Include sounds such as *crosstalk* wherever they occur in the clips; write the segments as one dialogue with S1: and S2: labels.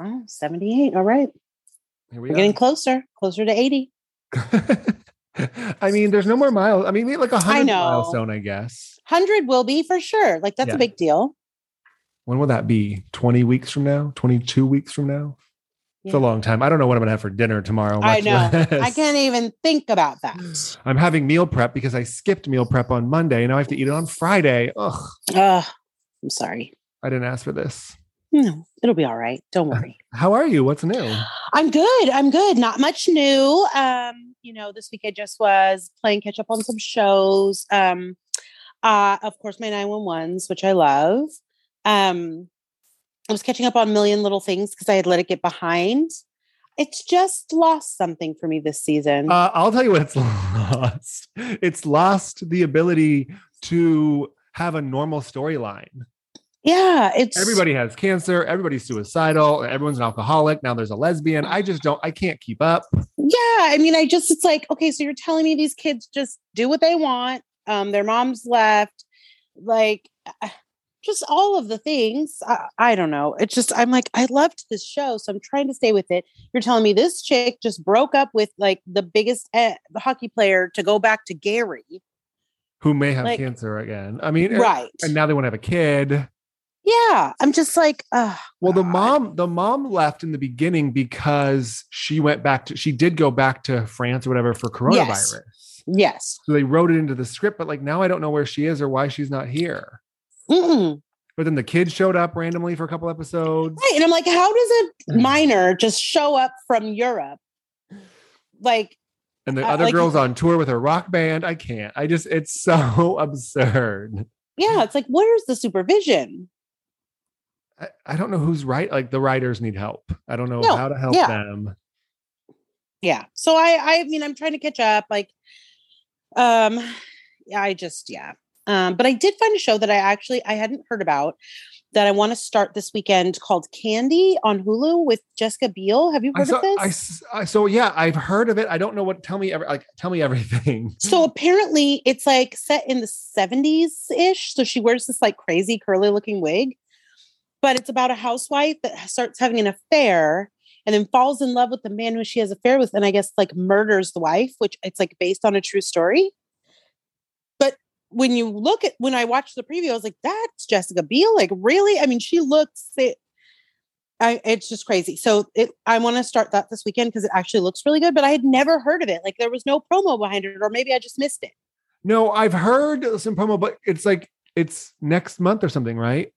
S1: Oh, 78. All right.
S2: Here
S1: We're getting closer, closer to 80.
S2: *laughs* I mean, there's no more miles. I mean, we hit like a hundred
S1: know.
S2: milestone, I guess.
S1: 100 will be for sure. Like, that's
S2: Yeah.
S1: a big deal.
S2: When will that be? 20 weeks from now? 22 weeks from now? It's a
S1: Yeah.
S2: long time. I don't know what I'm gonna have for dinner tomorrow.
S1: I
S2: much
S1: know. I
S2: less.
S1: can't even think about that.
S2: I'm having meal prep because I skipped meal prep on Monday and now I have to eat it on Friday. Ugh,
S1: Ugh, I'm sorry.
S2: I didn't ask for this.
S1: No, it'll be all right. Don't worry.
S2: How are you? What's new?
S1: I'm good. I'm good. Not much new. Um, you know, this week I just was playing catch up on some shows. Um, uh, of course, my 911s, which I love. Um, I was catching up on Million Little Things because I had let it get behind. It's just lost something for me this season.
S2: Uh, I'll tell you what it's *laughs* lost. It's lost the ability to have a normal storyline.
S1: yeah, it's
S2: Everybody has cancer, everybody's suicidal, everyone's an alcoholic. Now there's a lesbian. I just don't, I can't keep up.
S1: Yeah, I mean, I just it's like okay, so you're telling me these kids just do what they want. Um, their mom's left, like uh, just all of the things. I, I don't know. It's just I'm like I loved this show, so I'm trying to stay with it. You're telling me this chick just broke up with like the biggest eh, hockey player to go back to Gary,
S2: Who may have
S1: Like-
S2: cancer again? I mean,
S1: right?
S2: and now they want to have a kid.
S1: yeah, I'm just like, uh,
S2: Well, the
S1: God.
S2: mom, the mom left in the beginning because she went back to, she did go back to France or whatever for coronavirus.
S1: yes,
S2: So they wrote it into the script, but like now I don't know where she is or why she's not here.
S1: Mm-mm.
S2: But then the kid showed up randomly for a couple episodes.
S1: Right. And I'm like, how does a minor just show up from Europe? Like,
S2: And the
S1: I-
S2: other
S1: like-
S2: girl's on tour with her rock band. I can't. I just, it's so *laughs* absurd.
S1: yeah, it's like, where is the supervision?
S2: I, I don't know who's right. Like the writers need help. I don't know
S1: No,
S2: how to help
S1: yeah.
S2: them.
S1: Yeah. So I, I mean, I'm trying to catch up. Like, um, yeah, I just, yeah. Um, but I did find a show that I actually I hadn't heard about that I want to start this weekend called Candy on Hulu with Jessica Biel. Have you
S2: I
S1: heard
S2: saw,
S1: of this?
S2: I, s- I- so yeah, I've heard of it. I don't know what, tell me, every, like, tell me everything.
S1: So apparently it's like set in the 70s ish. So she wears this like crazy curly looking wig. But it's about a housewife that starts having an affair and then falls in love with the man who she has an affair with and I guess like murders the wife, which it's like based on a true story. But when you look at when I watched the preview, I was like, that's Jessica Biel. Like, really? I mean, she looks it. I, it's just crazy. So it, I want to start that this weekend because it actually looks really good. But I had never heard of it. Like there was no promo behind it, or maybe I just missed it.
S2: No, I've heard some promo, but it's like, it's next month or something, right?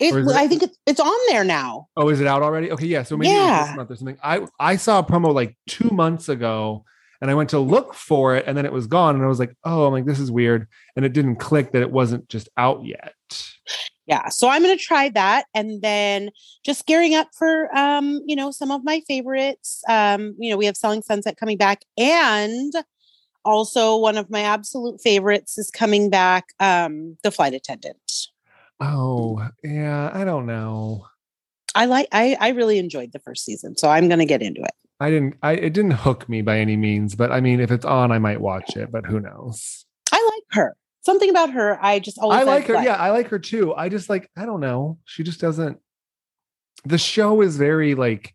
S1: It,
S2: Or is it-
S1: I think it's it's on there now.
S2: Oh, is it out already? Okay, yeah. So maybe it was this
S1: Yeah.
S2: month or something. I I saw a promo like two months ago, and I went to look for it, and then it was gone, and I was like, oh, I'm like this is weird, and it didn't click that it wasn't just out yet.
S1: Yeah. So I'm gonna try that, and then just gearing up for um, you know, some of my favorites. Um, you know, we have Selling Sunset coming back, and also one of my absolute favorites is coming back, um, The Flight Attendant.
S2: Oh, yeah. I don't know.
S1: I like I I really enjoyed the first season, so I'm gonna get into it.
S2: I didn't. I it didn't hook me by any means, but I mean, if it's on, I might watch it. But who knows?
S1: I like her. Something about her, I just always
S2: I like
S1: have
S2: her.
S1: liked.
S2: Yeah, I like her too. I just like. I don't know. She just doesn't. The show is very like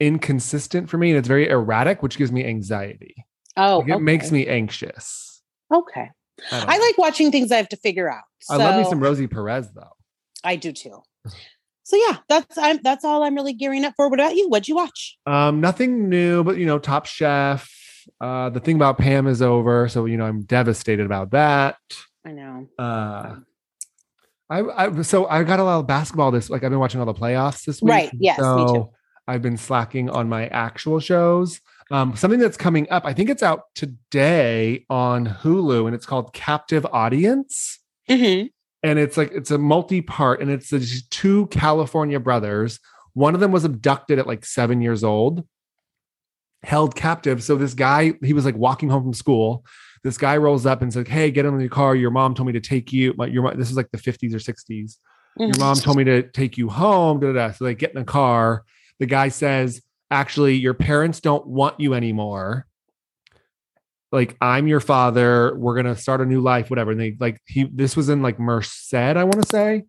S2: inconsistent for me, and it's very erratic, which gives me anxiety.
S1: Oh,
S2: Like, it makes
S1: okay.
S2: me anxious.
S1: okay.
S2: don't
S1: I
S2: know.
S1: like watching things I have to figure out.
S2: I love me
S1: So-
S2: some Rosie Perez though.
S1: I do too.
S2: Mm-hmm.
S1: So yeah, that's I'm that's all I'm really gearing up for. What about you? What'd you watch?
S2: Um, nothing new, but you know, Top Chef. Uh, the thing about Pam is over, so you know I'm devastated about that.
S1: I know.
S2: Uh, I, I so I got a lot of basketball this like I've been watching all the playoffs this week.
S1: Right,
S2: and
S1: yes, me
S2: so
S1: too.
S2: I've been slacking on my actual shows. Um, something that's coming up, I think it's out
S1: Mm-hmm.
S2: today on Hulu, and it's called Captive Audience. and it's like it's a multi-part and it's these two california brothers one of them was abducted at like seven years old held captive so this guy he was like walking home from school this guy rolls up and says hey get in the car your mom told me to take you my, your mom this is like the 50s or 60s
S1: Mm-hmm.
S2: your mom told me to take you home da, da, da. so they get in the car the guy says actually your parents don't want you anymore like i'm your father we're going to start a new life whatever and they like he this was in like merced i want to say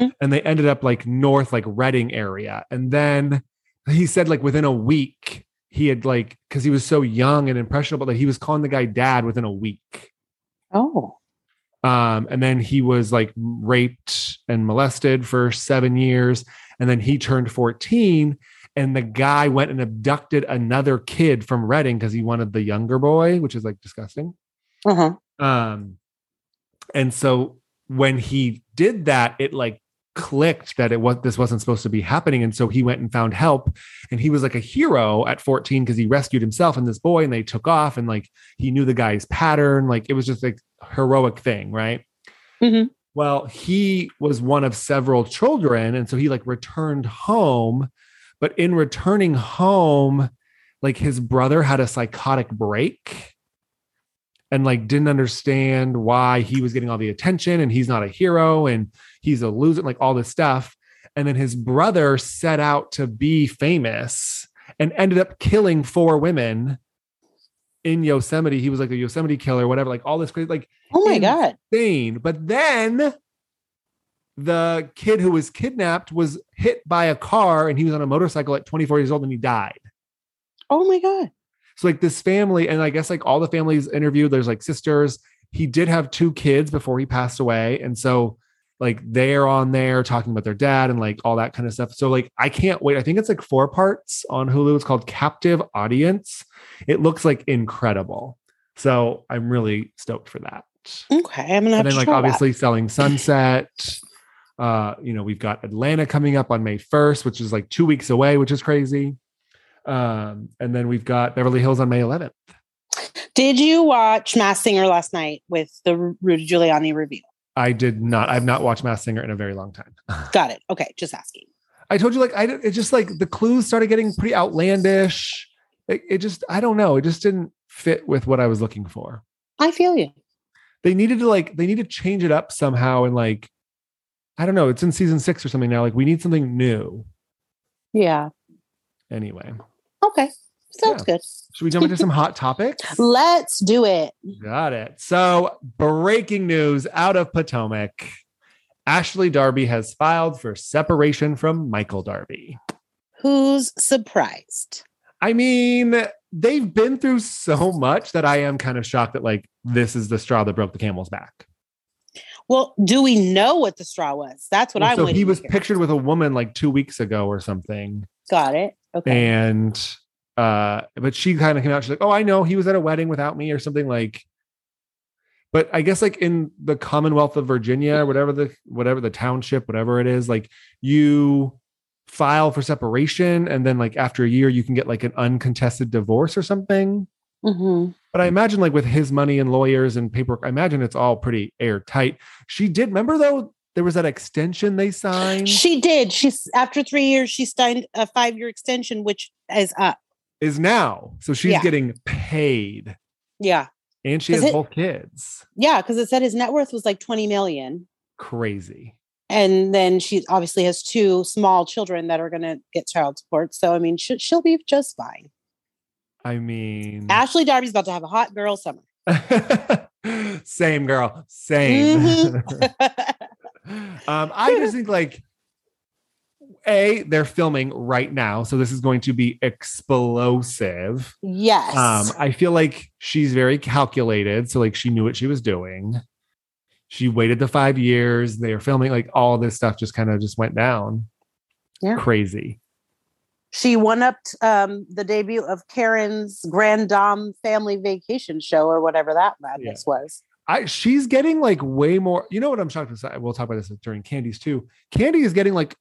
S1: Mhm.
S2: and they ended up like north like reading area and then he said like within a week he had like because he was so young and impressionable that he was calling the guy dad within a week
S1: Oh.
S2: um, and then he was like raped and molested for seven years and then he turned 14 and the guy went and abducted another kid from reading because he wanted the younger boy which is like disgusting
S1: Uh huh.
S2: um, and so when he did that it like clicked that it was this wasn't supposed to be happening and so he went and found help and he was like a hero at 14 because he rescued himself and this boy and they took off and like he knew the guy's pattern like it was just like heroic thing right
S1: Mhm.
S2: well he was one of several children and so he like returned home but in returning home like his brother had a psychotic break and like didn't understand why he was getting all the attention and he's not a hero and he's a loser like all this stuff and then his brother set out to be famous and ended up killing four women in Yosemite he was like a Yosemite killer whatever like all this crazy like
S1: Oh my
S2: In-
S1: God.
S2: insane. But then the kid who was kidnapped was hit by a car and he was on a motorcycle at 24 years old and he died.
S1: Oh my God.
S2: So, like, this family, and I guess like all the families interviewed, there's like sisters. He did have two kids before he passed away. And so, like, they're on there talking about their dad and like all that kind of stuff. So, like, I can't wait. I think it's like four parts on Hulu. It's called Captive Audience. It looks like incredible. So, I'm really stoked for that
S1: Okay. I'm gonna have
S2: and then
S1: to
S2: like
S1: try that.
S2: obviously selling sunset uh you know we've got atlanta coming up on may 1st which is like two weeks away which is crazy um and then we've got beverly hills on may 11th
S1: Did you watch Mass Singer last night with the Ru- Rudy Giuliani review?
S2: i did not i've not watched mass singer in a very long time
S1: Got it. Okay, just asking.
S2: i told you like i did- it just like the clues started getting pretty outlandish it, it just i don't know it just didn't fit with what i was looking for
S1: I feel you.
S2: they needed to like they need to change it up somehow and like i don't know it's in season six or something now like we need something new
S1: Yeah.
S2: anyway
S1: Okay. Sounds good.
S2: should we jump into some hot topics
S1: Let's do it.
S2: Got it. So, breaking news out of Potomac Ashley Darby has filed for separation from Michael Darby.
S1: Who's surprised?
S2: I mean, they've been through so much that I am kind of shocked that, like, this is the straw that broke the camel's back.
S1: Well, do we know what the straw was? That's what
S2: Well,
S1: I'm
S2: so,
S1: waiting
S2: he was
S1: to hear.
S2: pictured with a woman like two weeks ago or something.
S1: Got it. Okay.
S2: And, uh, but she kind of came out, she's like, oh, I know he was at a wedding without me or something like. But I guess like in the Commonwealth of Virginia, whatever the whatever the township, whatever it is, like you file for separation and then like after a year you can get like an uncontested divorce or something
S1: Mhm.
S2: but i imagine like with his money and lawyers and paperwork i imagine it's all pretty airtight she did remember though there was that extension they signed
S1: She did. She's after three years, she signed a five year extension, which is up.
S2: is now so she's
S1: Yeah.
S2: getting paid
S1: Yeah.
S2: and she
S1: Is
S2: has
S1: it-
S2: both kids
S1: Yeah. Cause it said his net worth was like 20 million.
S2: crazy
S1: And then she obviously has two small children that are going to get child support. So, I mean, she, she'll be just fine.
S2: i mean
S1: Ashley Darby's about to have a hot girl summer.
S2: *laughs*
S1: *laughs*
S2: same girl same
S1: Mm-hmm.
S2: *laughs* um, I just think like a they're filming right now, so this is going to be explosive.
S1: yes.
S2: Um, I feel like she's very calculated, so like she knew what she was doing. She waited the five years. They are filming like all this stuff just kind of just went down.
S1: Yeah.
S2: Crazy.
S1: she one upped um, the debut of Karen's Grand Dame Family Vacation Show or whatever that madness was.
S2: I she's getting like way more. You know what I'm shocked about? We'll talk about this during Candy's too. Candy is getting like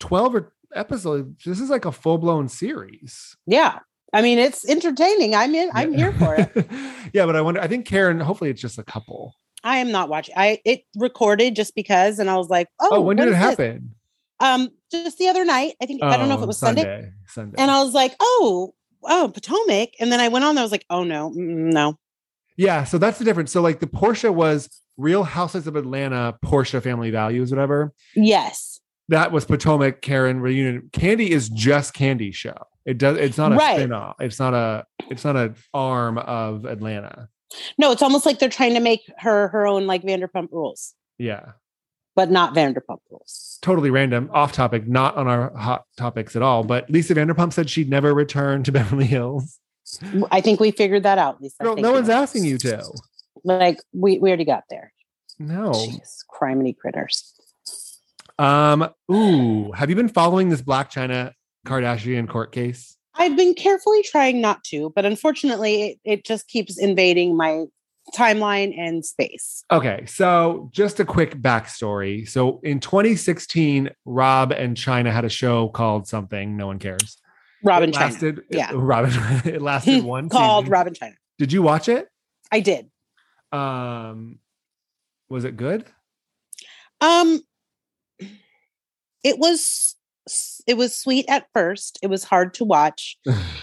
S2: 12 or episodes. This is like a full blown series.
S1: Yeah. I mean, it's entertaining. I'm in, I'm here for it.
S2: *laughs* yeah, but I wonder. I think Karen. Hopefully, it's just a couple.
S1: I am not watching. I it recorded just because, and I was like, oh,
S2: Oh, when did
S1: what
S2: it
S1: is this?
S2: happen?
S1: Um, just the other night. I think I don't know if
S2: Oh,
S1: it was Sunday.
S2: Sunday. Sunday.
S1: And I was like, oh, oh, Potomac. And then I went on. there, I was like, oh no, mm, no.
S2: Yeah, so that's the difference. So like the Porsche was Real Houses of Atlanta, Porsche Family Values, whatever.
S1: Yes,
S2: That was Potomac Karen reunion. Candy is just Candy show. It does. It's not a
S1: Right.
S2: spin-off. It's not a. It's not an arm of Atlanta.
S1: no. It's almost like they're trying to make her her own like Vanderpump Rules,
S2: Yeah,
S1: but not Vanderpump Rules.
S2: totally random, off topic, not on our hot topics at all. But Lisa Vanderpump said she'd never return to *laughs* Beverly Hills.
S1: I think we figured that out, Lisa.
S2: Girl,
S1: Thank
S2: no
S1: you.
S2: one's asking you to. Oh.
S1: Like we we already got there.
S2: No.
S1: Jeez, criminy critters.
S2: Um. Ooh. Have you been following this Black China Kardashian court case?
S1: I've been carefully trying not to, but unfortunately, it, it just keeps invading my timeline and space.
S2: Okay, so just a quick backstory. So in 2016, Rob and China had a show called something. No one cares.
S1: Robin
S2: it
S1: China
S2: lasted, Mm-hmm. *laughs*
S1: Yeah.
S2: It, Robin. It
S1: *laughs*
S2: lasted one
S1: called
S2: season.
S1: Robin China.
S2: Did you watch it?
S1: I did.
S2: Um, was it good?
S1: Um, it was it was sweet at first. It was hard to watch.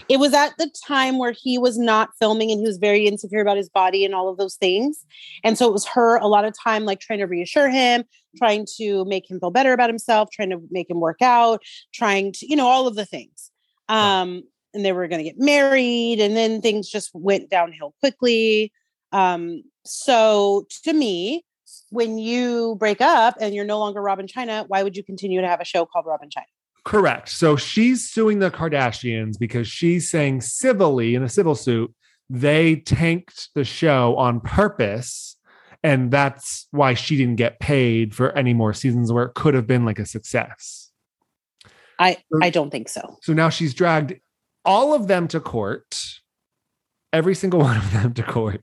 S1: it was at the time where he was not filming and he was very insecure about his body and all of those things. And so it was her a lot of time like trying to reassure him, trying to make him feel better about himself, trying to make him work out, trying to, you know, all of the things.
S2: Right.
S1: Um and they were going to get married and then things just went downhill quickly. Um so to me, when you break up and you're no longer Robin China, why would you continue to have a show called Robin China?
S2: Correct. So she's suing the Kardashians because she's saying civilly in a civil suit they tanked the show on purpose. And that's why she didn't get paid for any more seasons where it could have been like a success.
S1: I
S2: Sure.
S1: I don't think so.
S2: So now she's dragged all of them to court, every single *laughs* one of them to court.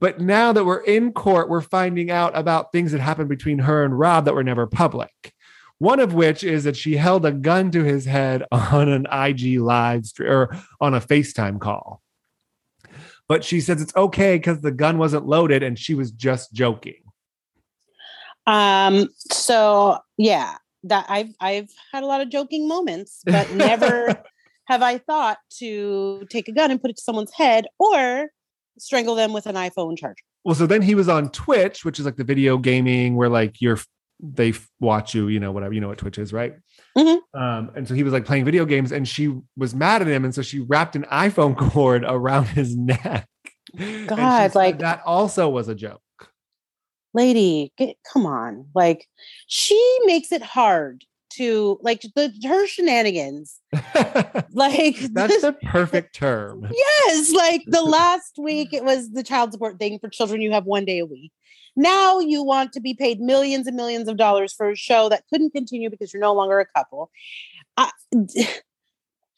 S2: But now that we're in court, we're finding out about things that happened between her and Rob that were never public. One of which is that she held a gun to his head *laughs* on an IG live stream or on a FaceTime call. But she says it's okay because the gun wasn't loaded and she was just joking.
S1: Um, so yeah, that I've I've had a lot of joking moments, but never have I thought to take a gun and put it to someone's head or strangle them with an iPhone charger.
S2: Well, so then he was on Twitch, which is like the video gaming where like you're they f- watch you, you know, whatever, you know what Twitch is, right?
S1: Mhm.
S2: Um, and so he was like playing video games and she was mad at him. And so she wrapped an iPhone *laughs* cord around his neck. And she
S1: God,
S2: said
S1: like-
S2: that also was a joke. *laughs*
S1: Lady, get, come on. Like she makes it hard to like the her shenanigans. *laughs*
S2: That's
S1: Like
S2: the perfect term.
S1: Yes, like
S2: *laughs*
S1: the last week it was the child support thing for children you have one day a week. Now you want to be paid millions and millions of dollars for a show that couldn't continue because you're no longer a couple. I, *sighs*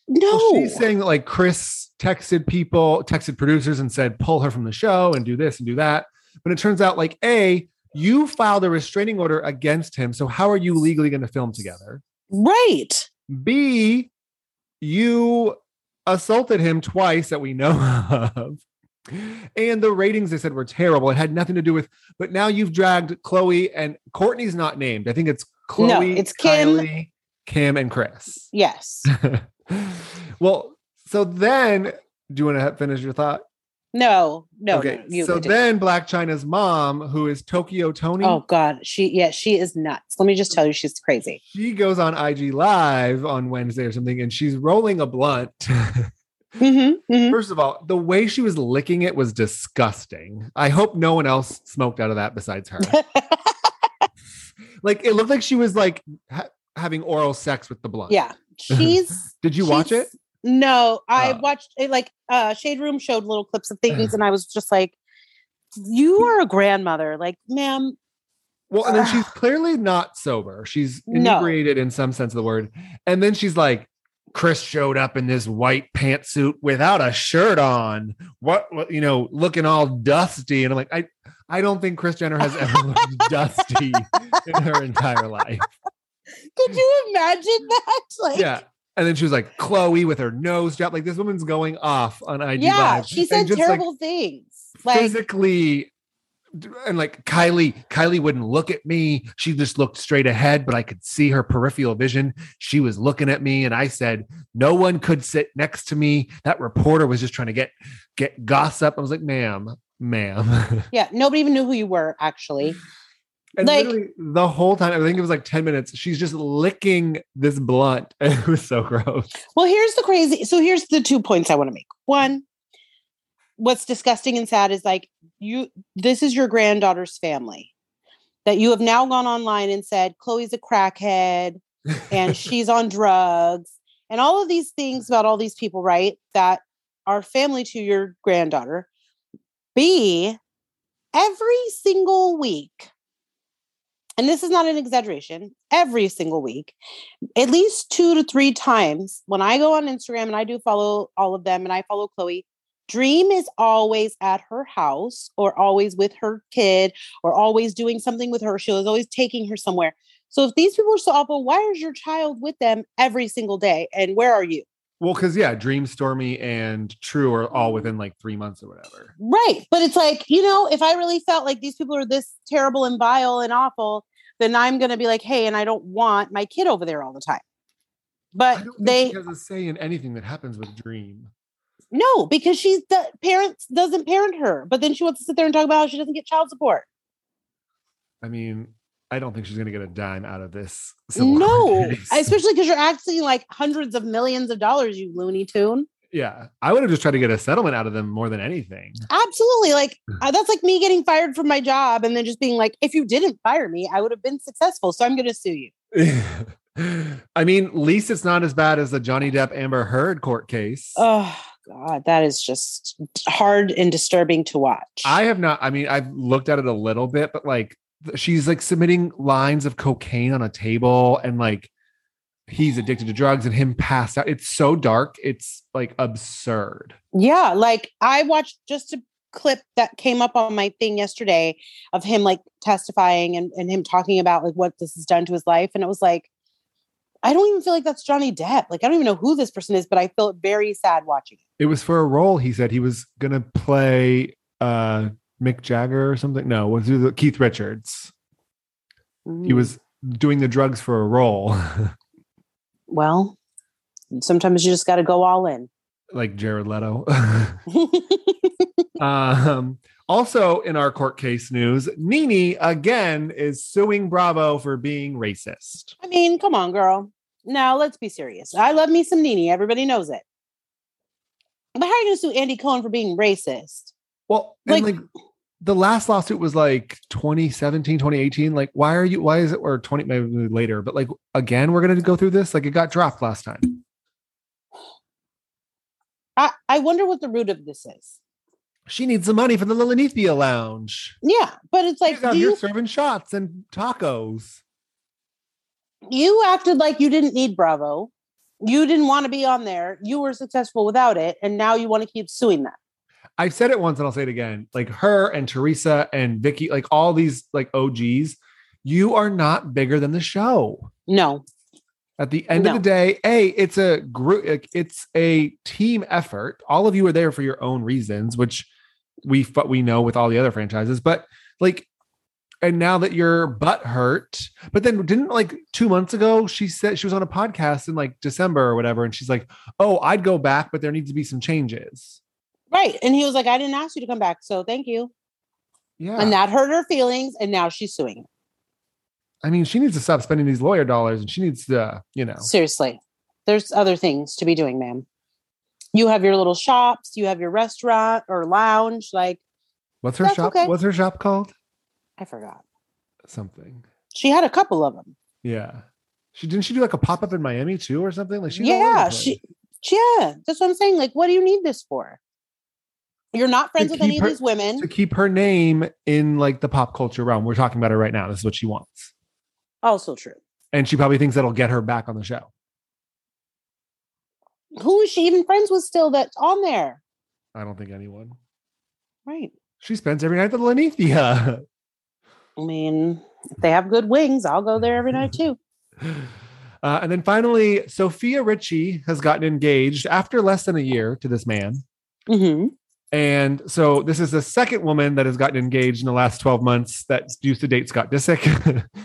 S2: Well,
S1: no.
S2: She's saying that like Chris texted people, texted producers and said, pull her from the show and do this and do that. But it turns out, like, A, you filed a restraining order against him. So how are you legally going to film together?
S1: right.
S2: B, you assaulted him twice that we know of. And the ratings they said were terrible. It had nothing to do with, but now you've dragged Chloe and Courtney's not named. I think it's Chloe,
S1: it's Kim.
S2: Kylie, Kim, and Chris. *laughs*
S1: Yes.
S2: well, so then, do you want to finish your thought?
S1: No, no. no, you
S2: so
S1: continue.
S2: then, Black China's mom, who is Tokyo Tony,
S1: Oh God, she yeah, she is nuts. Let me just tell you, she's crazy.
S2: she goes on IG Live on Wednesday or something, and she's rolling a blunt. *laughs*
S1: Mm-hmm, mm-hmm.
S2: First of all, the way she was licking it was disgusting. I hope no one else smoked out of that besides
S1: *laughs*
S2: her. like it looked like she was like ha- having oral sex with the blunt.
S1: Yeah, she's.
S2: Did you watch
S1: she's-
S2: it?
S1: No, I
S2: Oh. Mm.
S1: watched it like uh Shade Room showed little clips of things and I was just like you are a grandmother like ma'am
S2: Well, and then
S1: *sighs*
S2: she's clearly not sober. She's
S1: No.
S2: inebriated in some sense of the word. And then she's like, Chris showed up in this white pantsuit without a shirt on. What, what you know, looking all dusty. And I'm like, I, I don't think Chris Jenner has ever
S1: *laughs*
S2: looked dusty in her entire life.
S1: could you imagine *laughs* that like
S2: Yeah. And then she was like, Chloe with her nose dropped. Like this woman's going off on IG.
S1: yeah
S2: Live
S1: she
S2: and
S1: said
S2: just, like,
S1: terrible things like
S2: physically and like Kylie, Kylie wouldn't look at me. She just looked straight ahead, but I could see her peripheral vision. She was looking at me, and I said, "No one could sit next to me." That reporter was just trying to get get gossip. I was like, "Ma'am, ma'am." *laughs*
S1: Yeah, nobody even knew who you were actually.
S2: And
S1: Like-
S2: literally the whole time, I think it was like ten minutes. She's just licking this blunt, *laughs* and it was so gross.
S1: Well, here's the crazy. So here's the two points I want to make. One, what's disgusting and sad is like you this is your granddaughter's family that you have now gone online and said Chloe's a crackhead and she's on drugs and all of these things about all these people, right? That are family to your granddaughter. B, every single week, and this is not an exaggeration, every single week, at least two to three times when I go on Instagram and I do follow all of them and I follow Chloe, Dream is always at her house or always with her kid or always doing something with her. She was always taking her somewhere. So if these people are so awful, why is your child with them every single day? And where are you?
S2: Well, because yeah, Dream Stormy and True are all within like three months or whatever.
S1: Right. But it's like, you know, if I really felt like these people are this terrible and vile and awful, then I'm going to be like, hey, and I don't want my kid over there all the time.
S2: I
S1: But
S2: don't think
S1: they
S2: she has a say in anything that happens with Dream.
S1: No, because she's the parents doesn't parent her, but then she wants to sit there and talk about how she doesn't get child support.
S2: I mean, I don't think she's gonna get a dime out of this. *laughs*
S1: no,
S2: case.
S1: especially because you're acting like hundreds of millions of dollars, you loony tune.
S2: *laughs* yeah, I would have just tried to get a settlement out of them more than anything. *laughs*
S1: Absolutely, like uh, that's like me getting fired from my job and then just being like, if you didn't fire me, I would have been successful. So I'm going to sue you.
S2: I mean, at least it's not as bad as the Johnny Depp Amber Heard court case.
S1: Oh God, that is just hard and disturbing to watch.
S2: I have not. I mean, I've looked at it a little bit, but like th- she's like submitting lines of cocaine on a table, and like he's addicted to drugs, and him passed out. It's so dark. It's like absurd.
S1: Yeah, like I watched just a clip that came up on my thing yesterday of him like testifying and, and him talking about like what this has done to his life. And it was like, I don't even feel like that's Johnny Depp. Like, I don't even know who this person is, but I felt very sad watching it.
S2: It was for a role. He said he was gonna play uh Mick Jagger or something. No, was it Keith Richards? He
S1: Mm,
S2: was doing the drugs for a role, *laughs*
S1: Well, sometimes you just got to go all in. *laughs*
S2: like Jared Leto. *laughs* um, also, in our court case news, Nini again is suing Bravo for being racist.
S1: I mean, come on, girl. Now let's be serious. I love me some Nene. Everybody knows it. But how are you going to sue Andy Cohen for being racist?
S2: Well, and, like,
S1: Like-
S2: the last lawsuit was like 2017, 2018. Like, why are you, why is it, or 20, maybe later, but like, again, we're going to go through this? Like, it got dropped last time.
S1: I, I wonder what the root of this is.
S2: She needs the money for the Lilithia Lounge.
S1: Yeah, but it's like
S2: She's out
S1: do
S2: here
S1: you
S2: serving shots and tacos.
S1: you acted like you didn't need Bravo. You didn't want to be on there. You were successful without it, and now you want to keep suing them.
S2: I've said it once and I'll say it again. Like her and Teresa and Vicky, like all these like OGs, you are not bigger than the show.
S1: No,
S2: At the end
S1: No.
S2: of the day, a it's a group, it's a team effort. All of you are there for your own reasons, which we fu- we know with all the other franchises. But like, and now that you're butt hurt, but then didn't like two months ago she said she was on a podcast in like December or whatever, and she's like, "Oh, I'd go back, but there needs to be some changes."
S1: right? And he was like, "I didn't ask you to come back, so thank you."
S2: Yeah,
S1: And that hurt her feelings, and now she's suing.
S2: I mean, she needs to stop spending these lawyer dollars and she needs to, you know.
S1: Seriously, there's other things to be doing, ma'am. You have your little shops, you have your restaurant or lounge. Like
S2: What's her
S1: That's
S2: shop?
S1: okay.
S2: What's her shop called?
S1: I forgot,
S2: Something.
S1: she had a couple of them.
S2: Yeah. She didn't she do like a pop up in Miami too or something? Like she all over the
S1: yeah,
S2: place.
S1: she, yeah, that's what I'm saying. Like, what do you need this for? You're not friends with
S2: keep
S1: any
S2: her-
S1: of these women.
S2: to keep her name in like the pop culture realm. We're talking about her right now. This is what she wants.
S1: also true.
S2: And she probably thinks that'll get her back on the show.
S1: Who is she even friends with still that's on there?
S2: I don't think anyone.
S1: Right.
S2: She spends every night at the Lenithia. *laughs*
S1: I mean, if they have good wings, I'll go there every night too.
S2: Uh, and then finally, Sophia Ritchie has gotten engaged after less than a year to this man.
S1: hmm
S2: And so this is the second woman that has gotten engaged in the last 12 months that used to date Scott Disick. *laughs*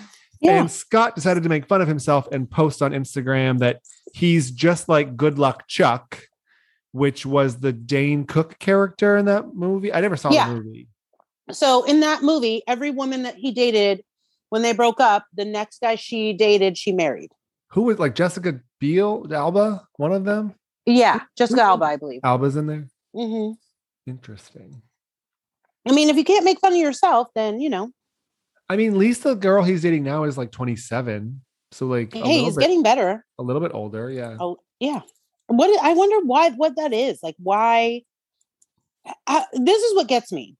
S1: Yeah.
S2: And Scott decided to make fun of himself and post on Instagram that he's just like Good Luck Chuck, which was the Dane Cook character in that movie. I never saw
S1: Yeah.
S2: the movie.
S1: so in that movie, every woman that he dated when they broke up, the next guy she dated, she married.
S2: Who was like Jessica Biel, Alba, one of them?
S1: Yeah, Jessica Alba, I believe.
S2: Alba's in there.
S1: hmm
S2: Interesting.
S1: I mean, if you can't make fun of yourself, then you know,
S2: I mean, Lisa, the girl he's dating now is like 27. So like a,
S1: hey,
S2: little
S1: he's
S2: bit,
S1: getting better.
S2: a little bit older. Yeah.
S1: Oh, yeah. What I I wonder why what that is like. Why I, this is what gets me.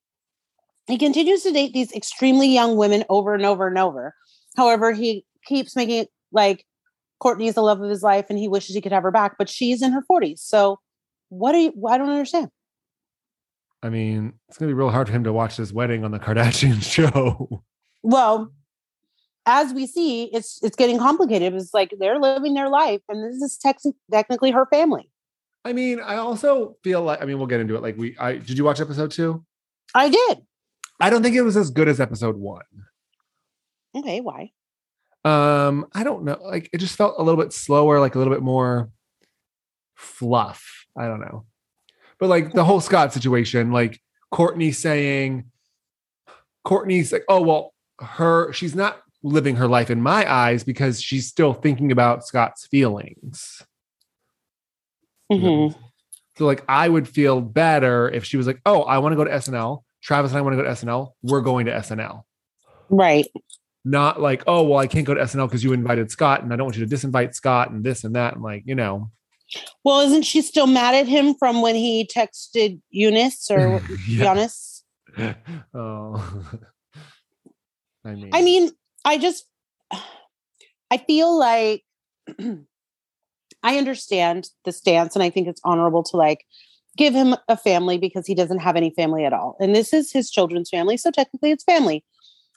S1: He continues to date these extremely young women over and over and over. However, he keeps making it like Courtney's the love of his life, and he wishes he could have her back, but she's in her forties. So, what are you? I don't understand.
S2: I mean, it's going to be real hard for him to watch this wedding on the *laughs* Kardashian show.
S1: Well, as we see, it's it's getting complicated. It's like they're living their life, and this is tex- technically her family.
S2: I mean, I also feel like I mean, we'll get into it. Like we I did you watch episode 2?
S1: I did.
S2: I don't think it was as good as episode 1.
S1: Okay, why?
S2: Um, I don't know. Like it just felt a little bit slower, like a little bit more fluff. I don't know. But like the whole Scott situation, like Courtney saying Courtney's like, "Oh, well, her she's not living her life in my eyes because she's still thinking about Scott's feelings." Mm-hmm.
S1: Mhm.
S2: So like I would feel better if she was like, "Oh, I want to go to SNL. Travis and I want to go to SNL. We're going to SNL."
S1: Right.
S2: Not like, "Oh, well, I can't go to SNL because you invited Scott, and I don't want you to disinvite Scott and this and that." And like, you know,
S1: Well, isn't she still mad at him from when he texted
S2: *laughs*
S1: Eunice or
S2: Mm-hmm. yeah.
S1: Giannis?
S2: *laughs* Oh. *laughs* I mean,
S1: I mean, I just I feel like *clears throat* I understand the stance and I think it's honorable to like give him a family because he doesn't have any family at all. And this is his children's family, so technically it's family.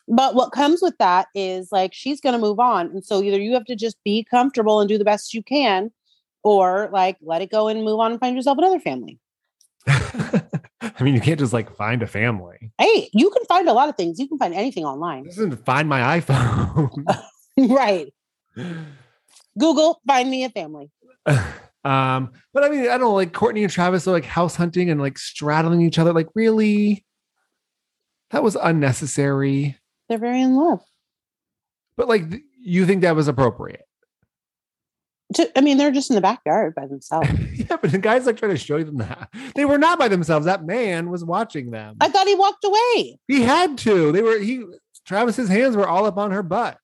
S1: But what comes with that is like she's going to move on and so either you have to just be comfortable and do the best you can or like let it go and move on and find yourself another family.
S2: *laughs* I mean, you can't just like find a family.
S1: Hey, you can find a lot of things. You can find anything online. *laughs*
S2: This isn't find my iPhone.
S1: *gasps* right. Google find me a family.
S2: *laughs* um, but I mean, I don't know, like Courtney and Travis are like house hunting and like straddling each other. Like, really? That was unnecessary.
S1: They're very in love.
S2: But like, th- you think that was appropriate? *laughs*
S1: to, I mean, they're just in the backyard by *laughs* themselves.
S2: yeah, but the guy's like trying to show them that they were not by themselves. That man was watching them.
S1: I thought he walked away.
S2: he had to. They were, he, Travis's hands were all up on her butt.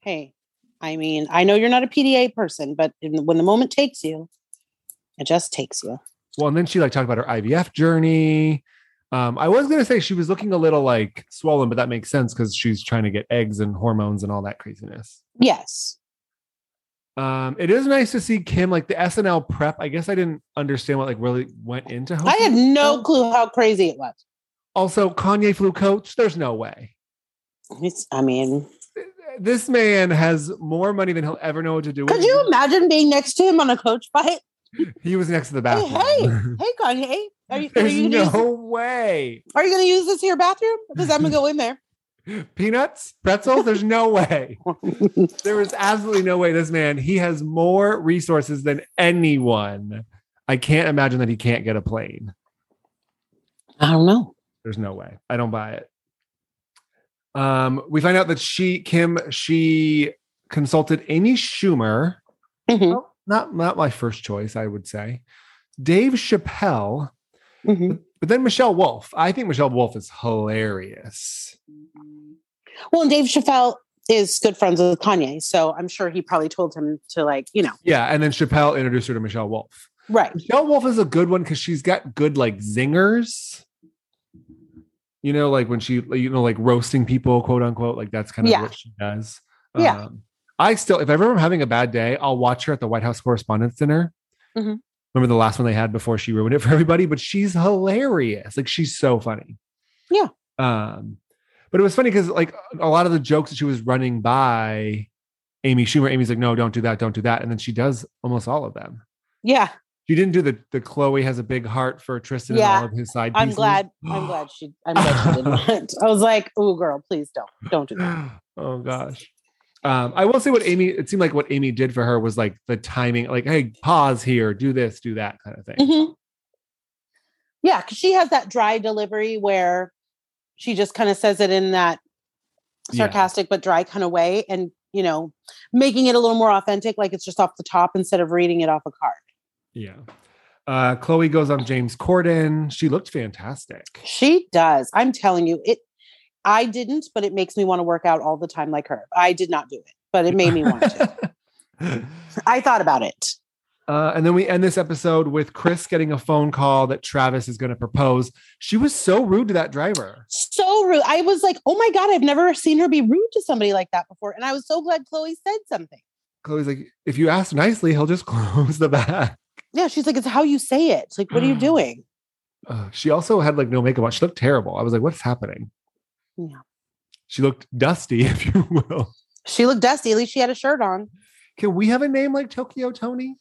S1: Hey, I mean, I know you're not a PDA person, but in the, when the moment takes you, it just takes you.
S2: Well, and then she like talked about her IVF journey. Um, I was gonna say she was looking a little like swollen, but that makes sense because she's trying to get eggs and hormones and all that craziness.
S1: Yes.
S2: Um, it is nice to see Kim like the SNL prep. I guess I didn't understand what like really went into.
S1: I had
S2: hosting
S1: no
S2: SNL.
S1: clue how crazy it was.
S2: Also, Kanye flew coach. There's no way
S1: It's, I mean,
S2: this man has more money than he'll ever know what to do.
S1: could
S2: with.
S1: you imagine being next to him on a coach fight?
S2: He was next to the
S1: Hey,
S2: bathroom.
S1: Oh, hey, hey, Kanye, are you, are
S2: *laughs* There's
S1: you, gonna,
S2: no
S1: use,
S2: way.
S1: are you gonna use this here bathroom? Because I'm gonna go in there.
S2: Peanuts, pretzels. There's no way. There is absolutely no way this man, he has more resources than anyone. I can't imagine that he can't get a plane.
S1: *laughs* I don't know.
S2: There's no way. I don't buy it. Um, we find out that she, Kim, she consulted Amy Schumer.
S1: Mhm,
S2: Oh, Not not my first choice, I would say. Dave Chappelle,
S1: mhm.
S2: but then Michelle Wolf. I think Michelle Wolf is hilarious.
S1: Mm-hmm. Well, and Dave Chappelle is good friends with Kanye, so I'm sure he probably told him to like, you know,
S2: Yeah, and then Chappelle introduced her to Michelle Wolf.
S1: right.
S2: Michelle Wolf is a good one because she's got good like zingers. You know, like when she, you know, like roasting people, quote unquote. Like that's kind of
S1: Yeah.
S2: what she does.
S1: Yeah.
S2: Um, I still, if I ever am having a bad day, I'll watch her at the White House Correspondents' Dinner.
S1: Mhm.
S2: Remember the last one they had before she ruined it for *laughs* everybody? But she's hilarious. Like she's so funny.
S1: Yeah.
S2: Um, but it was funny because like a lot of the jokes that she was running by Amy Schumer, Amy's like, no, don't do that, don't do that, and then she does almost all of them
S1: Yeah.
S2: You didn't do the the Chloe has a big heart for Tristan
S1: Yeah.
S2: and all of his side
S1: I'm
S2: pieces.
S1: glad. I'm glad she. I'm glad she didn't. *laughs* I was like, "Ooh, girl, please don't, don't do that."
S2: *gasps* oh gosh. Um, I will say what Amy. It seemed like what Amy did for her was like the timing, like hey, pause here, do this, do that kind of thing.
S1: Mhm. Yeah, because she has that dry delivery where she just kind of says it in that Mm-hmm.
S2: Yeah.
S1: sarcastic but dry kind of way, and you know, making it a little more authentic, like it's just off the top instead of reading it off a card.
S2: Yeah. Uh, Chloe goes on James Corden. She looked fantastic.
S1: She does. I'm telling you, it. I didn't, but it makes me want to work out all the time like her. I did not do it, but it made me
S2: *laughs*
S1: want to.
S2: Uh,
S1: I thought about it.
S2: and then we end this episode with Chris getting a phone call that Travis is going to propose. She was so rude to that driver.
S1: so rude. I was like, oh my God, I've never seen her be rude to somebody like that before. And I was so glad Chloe said something.
S2: Chloe's like, if you ask nicely, he'll just *laughs* close the back.
S1: Yeah, she's like, it's how you say it. It's like, what are you
S2: Mm.
S1: doing?
S2: Uh, she also had like no makeup on. She looked terrible. I was like, what's happening?
S1: Yeah.
S2: She looked dusty, *laughs* if you will.
S1: She looked dusty. At least she had a shirt on.
S2: Can we have a name like Tokyo Tony?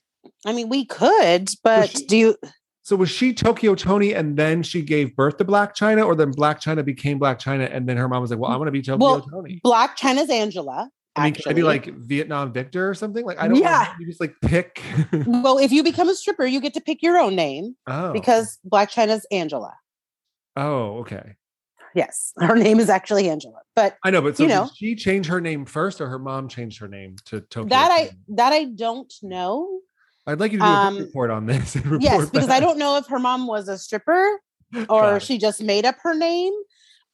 S1: I mean, we could, but
S2: she-
S1: do you?
S2: So was she Tokyo Tony and then she gave birth to Black China, or then Black China became Black China and then her mom was like, "Well, I'm going to be Tokyo
S1: Well,
S2: Tony."
S1: Black China's Angela.
S2: I mean,
S1: actually.
S2: can I be like Vietnam Victor or something? Like I don't. know.
S1: Yeah.
S2: You just like pick.
S1: *laughs*
S2: *laughs*
S1: well, if you become a stripper, you get to pick your own name
S2: oh.
S1: because Black China's Angela.
S2: Oh, okay.
S1: Yes, her name is actually Angela. But
S2: I know, but so
S1: You know.
S2: did she change her name first, or her mom changed her name to Tokyo?
S1: that I
S2: Tony?
S1: that I don't know.
S2: I'd like you to do a book
S1: um,
S2: report on this. and *laughs*
S1: Yes,
S2: report
S1: because I
S2: back.
S1: don't know if her mom was a stripper
S2: Got
S1: or
S2: it.
S1: she just made up her name.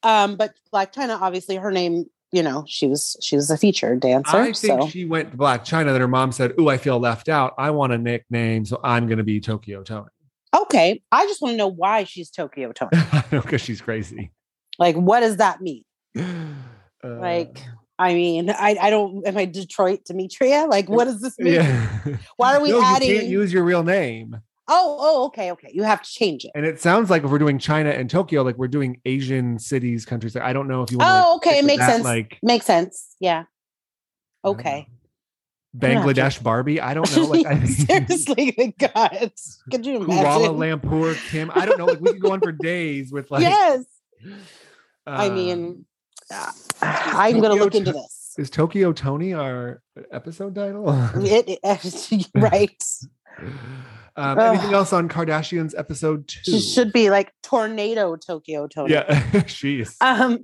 S1: Um, but Black China, obviously, her name, you know, she was she was a featured dancer.
S2: I think
S1: so
S2: she went to Black China. That her mom said, "Ooh, I feel left out. I want a nickname, so I'm going to be Tokyo *laughs* Tony."
S1: okay, I just want to know why she's Tokyo Tony.
S2: Because she's crazy.
S1: like, what does that mean?
S2: Uh,
S1: Like, I mean, I I don't am I Detroit Demetria? Like, what does this *laughs*
S2: *laughs*
S1: mean?
S2: Yeah.
S1: Why are
S2: *laughs*
S1: we
S2: No, You
S1: adding?
S2: can't use your real name.
S1: oh, oh, okay, okay. You have to change it.
S2: And it sounds like if we're doing China and Tokyo, like we're doing Asian cities, countries. I don't know if you want.
S1: Oh, okay, makes sense.
S2: Like
S1: Makes sense. Yeah.
S2: I don't
S1: Okay.
S2: know.
S1: I'm gonna have
S2: Bangladesh Barbie. I don't know.
S1: *laughs*
S2: Like I,
S1: Seriously, like, God, could you
S2: *laughs* Kuala
S1: imagine?
S2: Lumpur, Kim. I don't know. Like we could go on for days
S1: *laughs*
S2: with like.
S1: yes. I
S2: um, *sighs*
S1: mean, uh, I'm going to
S2: Tokyo
S1: look into
S2: Tony-
S1: this.
S2: is Tokyo Tony our episode title?
S1: It, it- *laughs* right.
S2: *laughs* um, anything else on Kardashians episode two?
S1: She should be like tornado Tokyo Tony.
S2: Yeah, *laughs* she's.
S1: Um.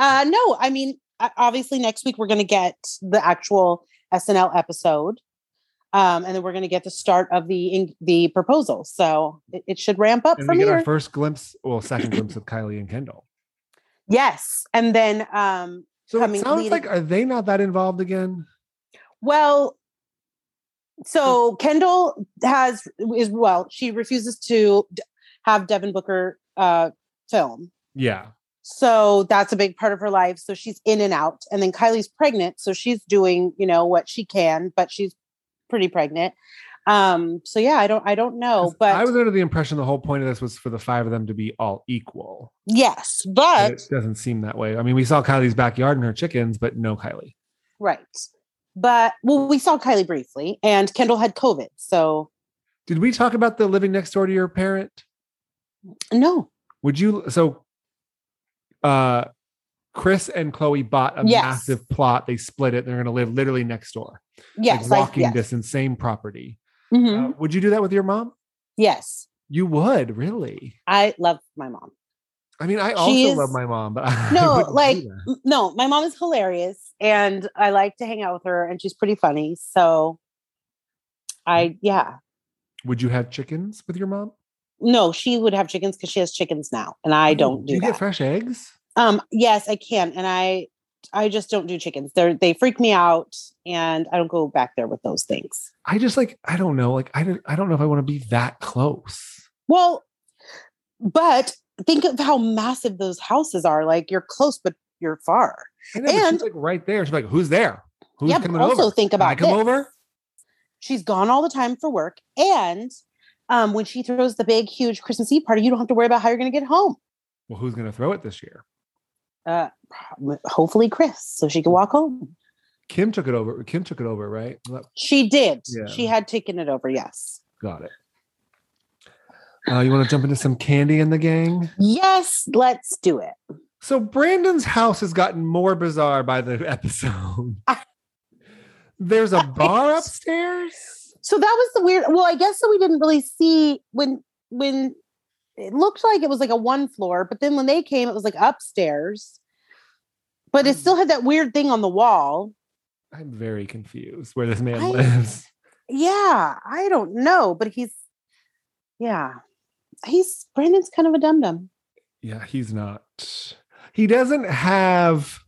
S1: Uh. No. I mean, o- obviously, next week we're going to get the actual SNL episode, um, and then we're going to get the start of the in- the proposal. So it, it should ramp up
S2: and we
S1: from
S2: get
S1: here.
S2: our first glimpse, well, second glimpse of Kylie and Kendall.
S1: yes, and then um.
S2: So
S1: Coming-
S2: it sounds
S1: leading-
S2: like are they not that involved again?
S1: Well.
S2: Hmm.
S1: So Kendall has is well. She refuses to d- have Devin Booker uh, film.
S2: Yeah.
S1: So that's a big part of her life. So she's in and out. And then Kylie's pregnant. So she's doing, you know, what she can, but she's pretty pregnant. Um, so yeah, I don't I don't know.
S2: 'Cause
S1: Oh, But
S2: I was under the impression the whole point of this was for the five of them to be all equal.
S1: yes,
S2: And
S1: but
S2: it doesn't seem that way. I mean, we saw Kylie's backyard and her chickens, but no Kylie.
S1: right. But well, we saw Kylie briefly and Kendall had COVID. So
S2: Did we talk about the living next door to your parent?
S1: no.
S2: Would you so uh Chris and Chloe bought a
S1: Yes.
S2: massive plot. They split it. They're going to live literally next door.
S1: Yes,
S2: like
S1: I-
S2: walking
S1: yes.
S2: distance, same property. Uh,
S1: Mhm.
S2: would you do that with your mom?
S1: yes.
S2: You would, really.
S1: I love my mom.
S2: I mean, I
S1: She
S2: also
S1: is-
S2: love my mom, but *laughs* I
S1: No,
S2: wouldn't do
S1: like-
S2: that.
S1: M- No, my mom is hilarious and I like to hang out with her and she's pretty funny. So
S2: Mm.
S1: I yeah.
S2: would you have chickens with your mom?
S1: No, she would have chickens because she has chickens now, and I don't do
S2: Oh, you
S1: that.
S2: get fresh eggs?
S1: um, yes, I can, and I, I just don't do chickens. They they freak me out, and I don't go back there with those things.
S2: I just like I don't know. Like I don't I don't know if I want to be that close.
S1: Well, but think of how massive those houses are. Like you're close, but you're far.
S2: I know, but she's,
S1: And-
S2: like right there. She's like, who's there? Who's
S1: yeah. But
S2: coming
S1: also
S2: over?
S1: think
S2: Can
S1: about
S2: I come
S1: this.
S2: over?
S1: She's gone all the time for work, and um, when she throws the big, huge Christmas Eve party, you don't have to worry about how you're going to get home.
S2: Well, who's gonna throw it this year?
S1: Uh, prob- hopefully, Chris, so she can walk home.
S2: Kim took it over. Kim took it over, right? Well,
S1: She did.
S2: Yeah.
S1: She had taken it over. Yes.
S2: Got it. Uh, you want to jump into some candy in the gang?
S1: Yes, let's do it.
S2: So Brandon's house has gotten more bizarre by the *laughs* episode. There's a bar upstairs.
S1: So that was the weird. Well, I guess that we didn't really see when when it looked like it was like a one floor, but then when they came, it was like upstairs. But
S2: Hmm.
S1: it still had that weird thing on the wall.
S2: I'm very confused where this man
S1: I-
S2: lives.
S1: Yeah, I don't know, but he's yeah, he's Brandon's kind of a dum dum.
S2: Yeah, he's not. He doesn't have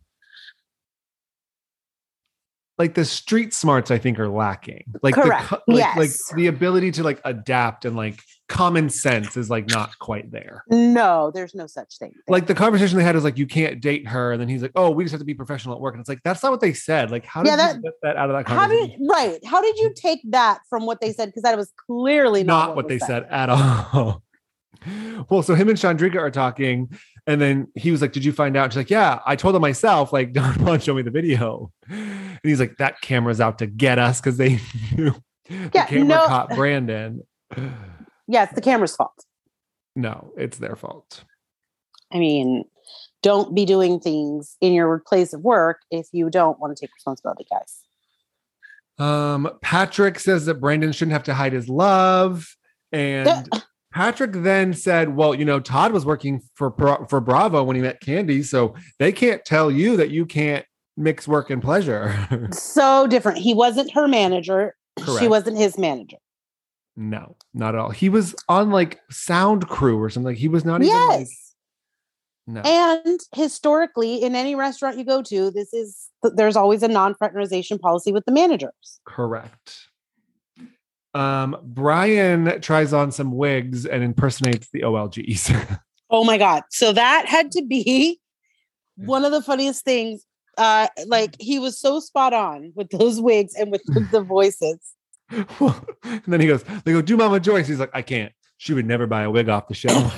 S2: like the street smarts. I think are lacking. Like
S1: Correct.
S2: the co- like, like
S1: Yes.
S2: the ability to like adapt and like common sense is like not quite there.
S1: No, there's no such thing.
S2: Like the conversation they had is like you can't date her, and then he's like, oh, we just have to be professional at work, and it's like that's not what they said. Like how did
S1: Yeah,
S2: you get that out of that
S1: how
S2: conversation?
S1: did right? How did you take that from what they said? Because that was clearly not,
S2: not what
S1: was
S2: they said at *laughs* all. Well, so him and Chandrika are talking, and then he was like, "Did you find out?" She's like, "Yeah, I told him myself. Like, *laughs* Don Juan showed me the video." And he's like, "That camera's out to get us because they *laughs* knew the
S1: Yeah,
S2: camera
S1: no.
S2: caught Brandon." *sighs*
S1: Yes, the camera's fault.
S2: No, it's their fault.
S1: I mean, don't be doing things in your place of work if you don't want to take responsibility, guys.
S2: Um, Patrick says that Brandon shouldn't have to hide his love, and
S1: uh.
S2: Patrick then said, "Well, you know, Todd was working for Bra- for Bravo when he met Candy, so they can't tell you that you can't mix work and pleasure." *laughs*
S1: So different. He wasn't her manager. She
S2: Correct.
S1: wasn't his manager.
S2: no, not at all. He was on like Sound Crew or something. He was not even. like-
S1: Yes.
S2: no.
S1: And historically, in any restaurant you go to, this is there's always a non-fraternization policy with the managers.
S2: Correct. Um, Brian tries on some wigs and impersonates the *laughs* OLGs.
S1: Oh my god! So that had to be one of the funniest things. Uh, like he was so spot on with those wigs and with *laughs* the voices.
S2: *laughs* and then he goes, they go, do Mama Joyce. He's like, I can't. She would never buy a wig off the shelf.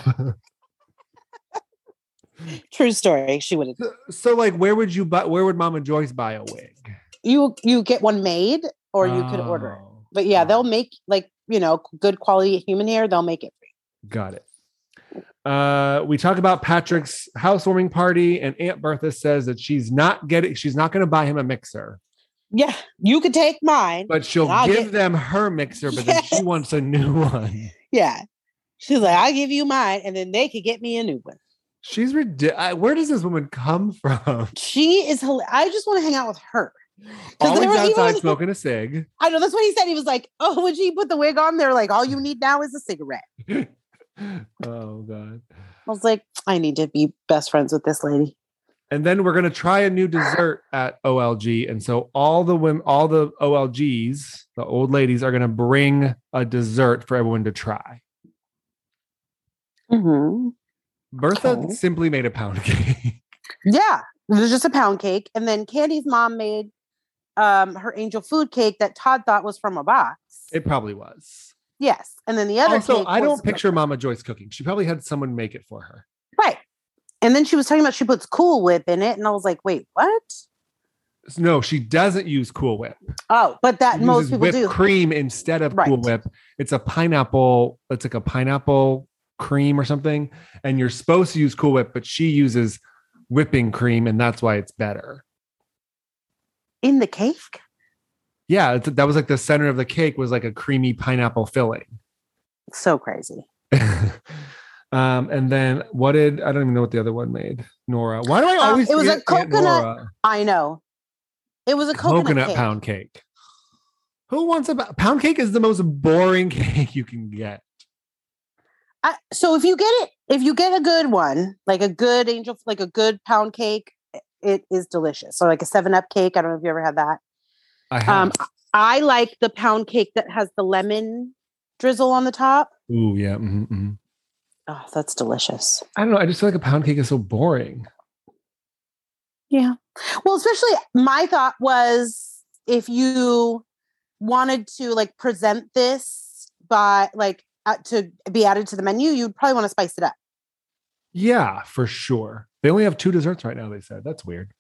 S1: True story. She wouldn't.
S2: so, like, where would you buy where would Mama Joyce buy a wig?
S1: You you get one made, or you could order it.
S2: Oh,
S1: But yeah,
S2: yeah.
S1: they'll make like you know good quality human hair. They'll make it.
S2: Got it. Uh, we talk about Patrick's housewarming party, and Aunt Bertha says that she's not getting she's not gonna buy him a mixer.
S1: Yeah, you could take mine.
S2: but she'll
S1: I'll
S2: give
S1: get-
S2: them her mixer, but then she
S1: *laughs* Yes.
S2: wants a new one.
S1: Yeah, she's like, I'll give you mine, and then they could get me a new one.
S2: She's ridiculous. Where does this woman come from?
S1: She is. hila- I just want to hang out with her. they
S2: Always
S1: were even-
S2: outside smoking a cig. *laughs*
S1: I know that's what he said. He was like, "Oh, would she put the wig on?" They're like, "All you need now is a cigarette."
S2: oh god.
S1: I was like, "I need to be best friends with this lady."
S2: And then we're gonna try a new dessert at OLG. And so all the women, all the OLGs, the old ladies, are gonna bring a dessert for everyone to try. Mm-hmm.
S1: hmm
S2: Bertha
S1: Okay.
S2: simply made a pound cake. *laughs*
S1: Yeah, it was just a pound cake, and then Candy's mom made um, her angel food cake that Todd thought was from a box.
S2: It probably was.
S1: yes, and then the other.
S2: also,
S1: cake
S2: I
S1: was-
S2: don't picture Mama Joyce cooking. She probably had someone make it for her.
S1: right. And then she was talking about she puts Cool Whip in it, and I was like, "Wait, what?"
S2: No, she doesn't use Cool Whip.
S1: Oh, but that
S2: It
S1: most
S2: uses
S1: people
S2: whipped
S1: do.
S2: cream instead of Cool
S1: Right.
S2: Whip. It's a pineapple. It's like a pineapple cream or something. And you're supposed to use Cool Whip, but she uses whipping cream, and that's why it's better.
S1: in the cake.
S2: Yeah, it's, that was like the center of the cake was like a creamy pineapple *laughs* filling.
S1: So crazy.
S2: um, and then what did I don't even know what the other one made? Nora. Why do I
S1: Um,
S2: always?
S1: it was
S2: forget
S1: a
S2: Aunt
S1: coconut-
S2: Nora?
S1: I know. It was a coconut,
S2: coconut,
S1: cake.
S2: pound cake. Who wants a pa- pound cake? Is the most boring *laughs* cake you can get.
S1: I, so if you get it, if you get a good one, like a good angel, like a good pound cake, it is delicious. So like a seven up cake. I don't know if you ever had that.
S2: I have.
S1: Um, I like the pound cake that has the lemon drizzle on the top.
S2: Ooh, yeah. mhm, mhm.
S1: Oh, that's delicious.
S2: I don't know. I just feel like a pound cake is so boring.
S1: Yeah. Well, especially my thought was if you wanted to like present this by like uh, to be added to the menu, you'd probably want to spice it up.
S2: Yeah, for sure. They only have two desserts right now, they said. That's weird.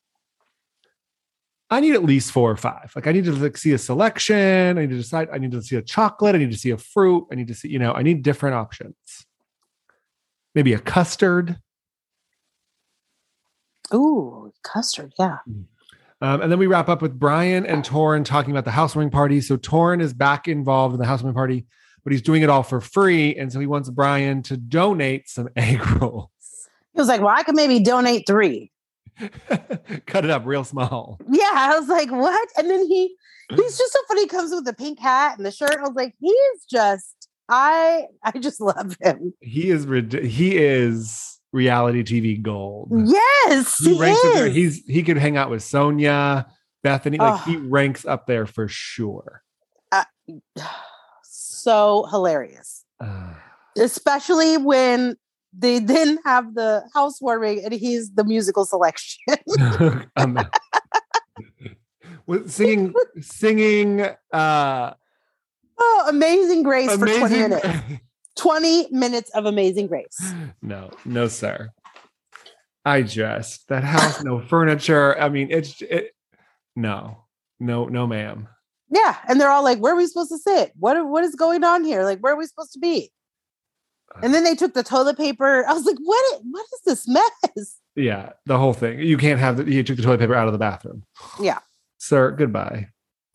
S2: I need at least four or five. Like I need to like, see a selection. I need to decide. I need to see a chocolate. I need to see a fruit. I need to see, you know, I need different options. Maybe a custard.
S1: Ooh, custard. Yeah.
S2: Um, and then we wrap up with Brian and Torn talking about the housewarming party. So Torn is back involved in the housewarming party, but he's doing it all for free. And so he wants Brian to donate some *laughs* egg rolls.
S1: He was like, well, I could maybe donate three.
S2: Cut it up real small.
S1: Yeah. I was like, what? And then he,
S2: Mm-hmm.
S1: he's just so funny. He comes with the pink hat and the shirt. I was like, he's just, I, I just love him.
S2: He is rid- he is reality TV gold.
S1: Yes.
S2: He
S1: He
S2: ranks up there.
S1: is.
S2: He's he could hang out with Sonia, Bethany. Like
S1: Oh.
S2: he ranks up there for sure.
S1: so hilarious.
S2: Uh,
S1: especially when they then have the housewarming and he's the musical selection. *laughs*
S2: *laughs* um, with singing singing uh
S1: oh, Amazing Grace for 20
S2: amazing
S1: minutes. 20 minutes of Amazing Grace.
S2: *laughs* no no sir i just that house no furniture i mean it's it, no no no ma'am
S1: Yeah. And they're all like, where are we supposed to sit? What, what is going on here? Like, where are we supposed to be? And then they took the toilet paper. I was like, what, i- what is this mess? *laughs*
S2: yeah the whole thing you can't have the you took the toilet paper out of the bathroom
S1: Yeah.
S2: *sighs* sir goodbye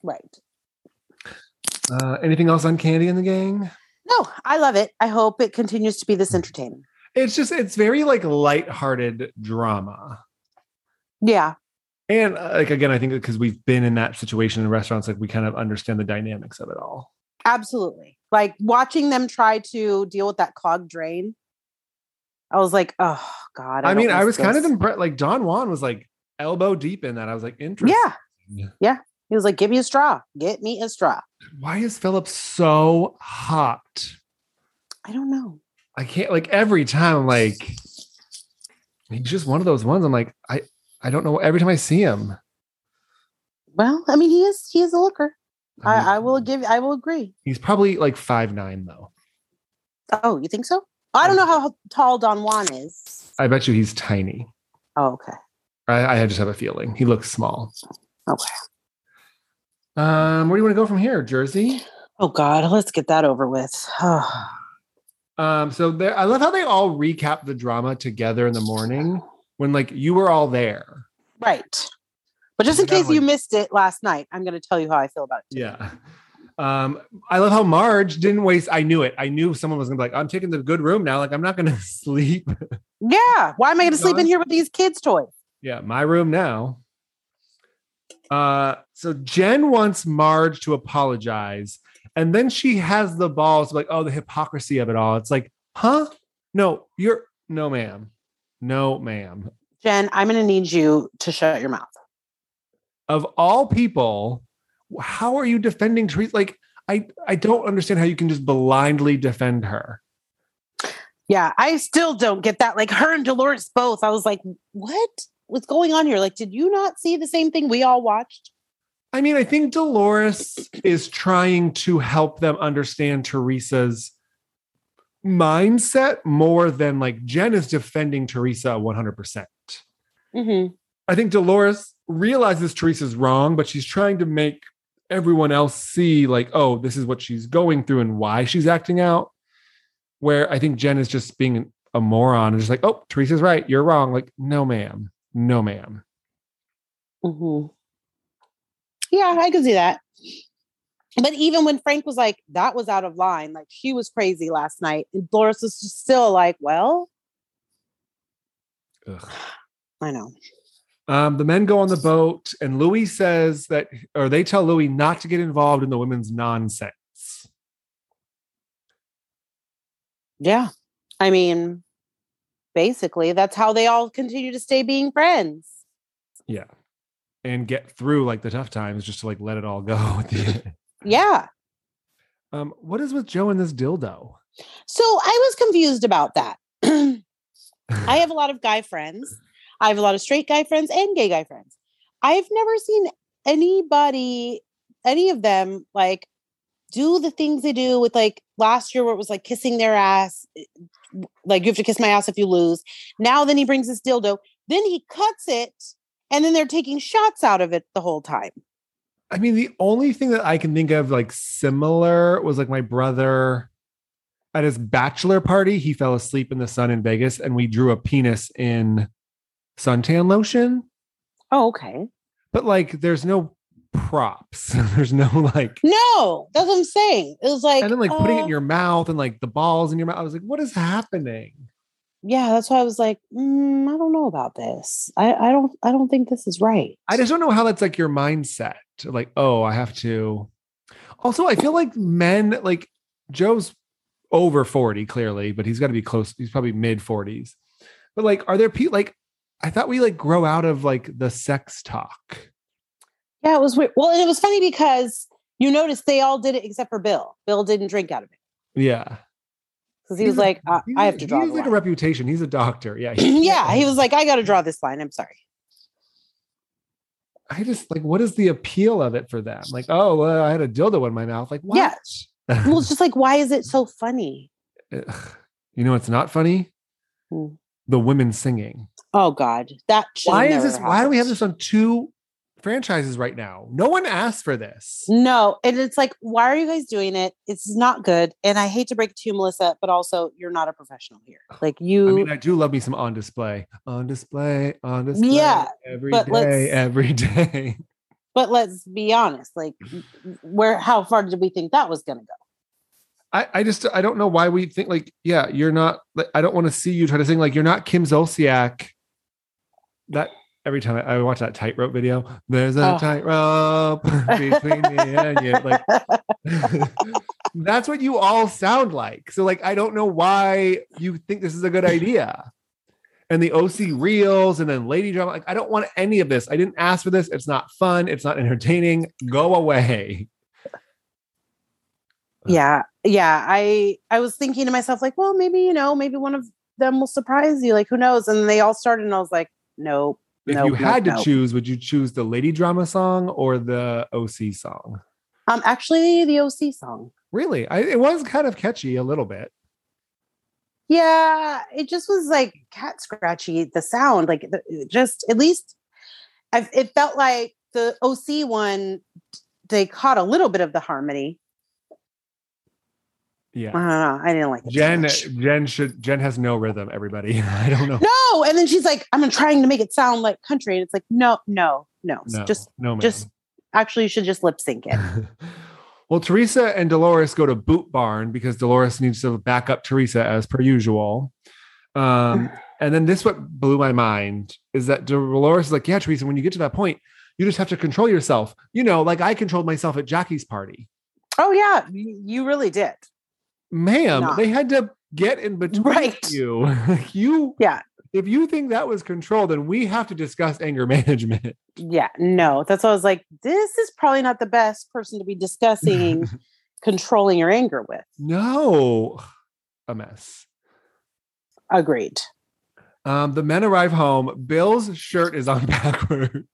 S1: Right.
S2: uh anything else on candy in the gang
S1: No, I love it. I hope it continues to be this entertaining.
S2: it's just it's very like lighthearted drama
S1: Yeah.
S2: and uh, like again i think because we've been in that situation in restaurants like we kind of understand the dynamics of it all
S1: Absolutely. Like watching them try to deal with that clogged drain. I was like, oh God.
S2: i,
S1: don't
S2: mean i
S1: miss
S2: was kind of
S1: this."
S2: impressed like don juan was like elbow deep in that i was like interesting
S1: Yeah.
S2: Yeah.
S1: Yeah. He was like, give me a straw. Get me a straw.
S2: why is philip so hot
S1: I don't know.
S2: i can't like every time i'm like he's just one of those ones i'm like i i don't know every time i see him
S1: Well, I mean, he is he is a looker.
S2: mean,
S1: I, I will give I will agree.
S2: he's probably like five nine though
S1: Oh, you think so? I don't know how tall Don Juan is.
S2: i bet you he's tiny
S1: Oh, okay.
S2: I, I just have a feeling he looks small.
S1: Okay.
S2: Um, where do you want to go from here, Jersey?
S1: Oh God, let's get that over with. *sighs*
S2: Um, so there, I love how they all recap the drama together in the morning when like you were all there.
S1: right. But just in
S2: That
S1: case you
S2: one-
S1: missed it last night, I'm gonna tell you how I feel about it.
S2: Yeah. Um, I love how Marge didn't waste. I knew it. I knew someone was gonna be like, I'm taking the good room now. Like, I'm not gonna *laughs* sleep.
S1: Yeah. Why am I gonna sleep in here with these kids' toys?
S2: Yeah, my room now. Uh, so Jen wants Marge to apologize, and then she has the balls to be like, oh, the hypocrisy of it all. It's like, huh? No, you're no, ma'am. No, ma'am.
S1: Jen, I'm gonna need you to shut your mouth.
S2: Of all people, how are you defending Teresa? Like, I I don't understand how you can just blindly defend her.
S1: Yeah, I still don't get that. Like her and Dolores both. I was like, what? What's going on here? Like, did you not see the same thing we all watched?
S2: I mean, I think Dolores is trying to help them understand Teresa's mindset more than like Jen is defending Teresa 100%.
S1: Mm-hmm.
S2: I think Dolores realizes Teresa's wrong, but she's trying to make everyone else see, like, oh, this is what she's going through and why she's acting out. Where I think Jen is just being a moron and just like, oh, Teresa's right. You're wrong. Like, no, ma'am. No, ma'am.
S1: Mm-hmm. Yeah, I could see that. But even when Frank was like, that was out of line, like she was crazy last night, and Dolores was just still like, well,
S2: Ugh.
S1: *sighs* I know.
S2: Um, the men go on the boat, and Louis says that, or they tell Louis not to get involved in the women's nonsense.
S1: Yeah. I mean, basically, that's how they all continue to stay being friends.
S2: And get through like the tough times, just to like let it all go. *laughs* at the end.
S1: Yeah.
S2: um, what is with Joe and this dildo?
S1: So I was confused about that. *clears throat* I
S2: *laughs*
S1: have a lot of guy friends. I have a lot of straight guy friends and gay guy friends. I've never seen anybody, any of them, like do the things they do with like last year where it was like kissing their ass. eh, Like you have to kiss my ass if you lose. Now then he brings this dildo. Then he cuts it And then they're taking shots out of it the whole time.
S2: I mean, the only thing that I can think of like similar was like my brother at his bachelor party, he fell asleep in the sun in Vegas and we drew a penis in suntan lotion.
S1: Oh, okay.
S2: But like there's no props. *laughs* there's no like
S1: No, that's what I'm saying. It was like
S2: and then like putting it
S1: uh,
S2: in your mouth and like the balls in your mouth. I was like, what is happening?
S1: yeah, that's why I was like, mm, I don't know about this. I, I don't I don't think this is right.
S2: I just don't know how that's like your mindset. Like, oh, I have to. Also, I feel like men, like Joe's over 40, clearly, but he's got to be close. He's probably mid 40s. But like, are there people like, I thought we like grow out of like the sex talk.
S1: Yeah, it was weird. Well, and it was funny because you noticed they all did it except for Bill. Bill didn't drink out of it
S2: Yeah.
S1: because he was
S2: He's a-
S1: like, I, I have to
S2: He's-
S1: draw.
S2: He's
S1: the
S2: like a
S1: line.
S2: reputation. He's a doctor. Yeah.
S1: *laughs* yeah, he was like, I got to draw this line. I'm sorry.
S2: I just like, what is the appeal of it for them? Like, oh, well, I had a dildo in my mouth. Like, what?
S1: Yeah. Well, it's just like, why is it so funny?
S2: Ugh. You know, it's not funny.
S1: Hmm.
S2: The women singing.
S1: Oh God, that. should've
S2: why is
S1: never
S2: this why do we have
S1: happened.
S2: this on two franchises right now no one asked for this
S1: No, and it's like, why are you guys doing it? It's not good. And I hate to break it to you, Melissa, but also you're not a professional here. Like you,
S2: i mean i do love me some on display on display on display
S1: Yeah,
S2: every
S1: but let's-
S2: day every *laughs* day
S1: but let's be honest. Like, where? How far did we think that was going to go?
S2: I, I just i don't know why we think like yeah you're not like, i don't want to see you try to sing like you're not kim zolciak that every time i, I watch that tightrope video there's a
S1: Oh.
S2: tightrope *laughs* between me and you like *laughs* that's what you all sound like. So like I don't know why you think this is a good idea. And the OC reels and then lady drama. Like, I don't want any of this. I didn't ask for this. It's not fun. It's not entertaining. Go away. Uh.
S1: yeah, yeah. I I was thinking to myself, like, well, maybe you know, maybe one of them will surprise you. Like, who knows? And they all started, and I was like, nope.
S2: If
S1: Nope,
S2: you had
S1: nope,
S2: to
S1: nope.
S2: choose, would you choose the lady drama song or the OC song?
S1: Um, actually, the OC song.
S2: Really? I, it was kind of catchy a little bit.
S1: Yeah, it just was like cat scratchy. The sound, like the, it just at least, I've, it felt like the OC one. They caught a little bit of the harmony. I
S2: Yeah.
S1: don't know. I didn't like it too
S2: Jen
S1: much.
S2: Jen should Jen has no rhythm, everybody. *laughs* I don't know.
S1: No, and then she's like, "I'm trying to make it sound like country," and it's like, "No, no, no.
S2: No,
S1: Just
S2: no ma'am. *laughs*
S1: just actually, you should just lip sync it."
S2: well, Teresa and Dolores go to Boot Barn because Dolores needs to back up Teresa as per usual.
S1: *sighs*
S2: Um, and then this what blew my mind is that Dolores is like, yeah, Teresa, when you get to that point, you just have to control yourself. You know, like I controlled myself at Jackie's party.
S1: oh yeah, y- you really did.
S2: Ma'am,
S1: Nah.
S2: they had to get
S1: *laughs*
S2: in between
S1: Right.
S2: you. *laughs* Like, you
S1: Yeah.
S2: If you think that was control, then we have to discuss anger *laughs* management.
S1: Yeah, no, that's why I was like, "This is probably not the best person to be discussing controlling your anger with."
S2: No, a mess.
S1: Agreed.
S2: Um, the men arrive home. Bill's shirt is on *laughs* backwards.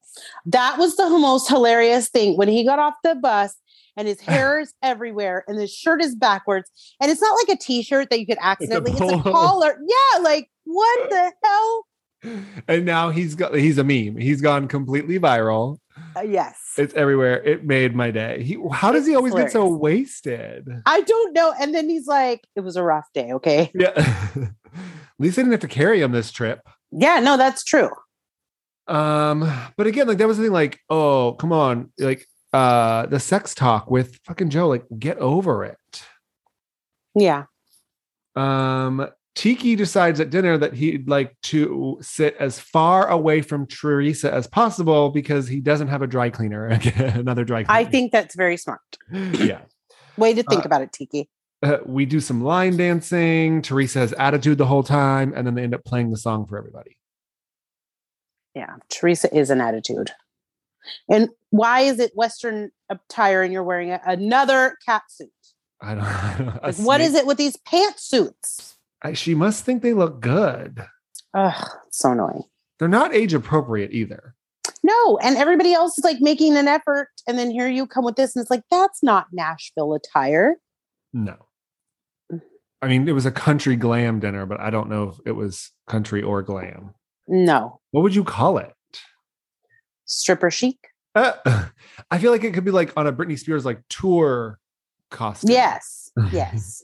S1: That was the most hilarious thing when he got off the bus and his hair is everywhere and his shirt is backwards. And it's not like a t-shirt that you could accidentally, it's a,
S2: polo.
S1: collar. Yeah, like what the hell?
S2: And now he's got he's a meme. He's gone completely viral.
S1: Uh, yes.
S2: It's everywhere. It made my day. He how does he always get so
S1: Hilarious.
S2: wasted?
S1: I don't know. And then he's like, it was a rough day. Okay.
S2: Yeah. *laughs* At least I didn't have to carry him this trip.
S1: Yeah, no, that's true.
S2: Um, but again, like that was the thing, like, oh, come on, like uh the sex talk with fucking Joe, like get over it.
S1: Yeah.
S2: Um, Tiki decides at dinner that he'd like to sit as far away from Teresa as possible because he doesn't have a dry cleaner *laughs* again, another dry
S1: I
S2: cleaner.
S1: think that's very smart.
S2: yeah.
S1: Way to think
S2: Uh,
S1: about it, Tiki.
S2: Uh, we do some line dancing. Teresa has attitude the whole time, and then they end up playing the song for everybody.
S1: Yeah. Teresa is an attitude. And why is it Western attire and you're wearing a, another cat suit?
S2: I don't. *laughs* I don't
S1: Like, what is it with these pantsuits?
S2: she must think they look good.
S1: Ugh, so annoying.
S2: They're not age appropriate either.
S1: No, and everybody else is like making an effort, and then here you come with this, and it's like that's not Nashville attire.
S2: No.
S1: Mm.
S2: I mean, it was a country glam dinner, but I don't know if it was country or glam.
S1: No,
S2: What would you call it?
S1: stripper chic.
S2: Uh, *laughs* I feel like it could be like on a Britney Spears like tour costume.
S1: Yes. *laughs* Yes.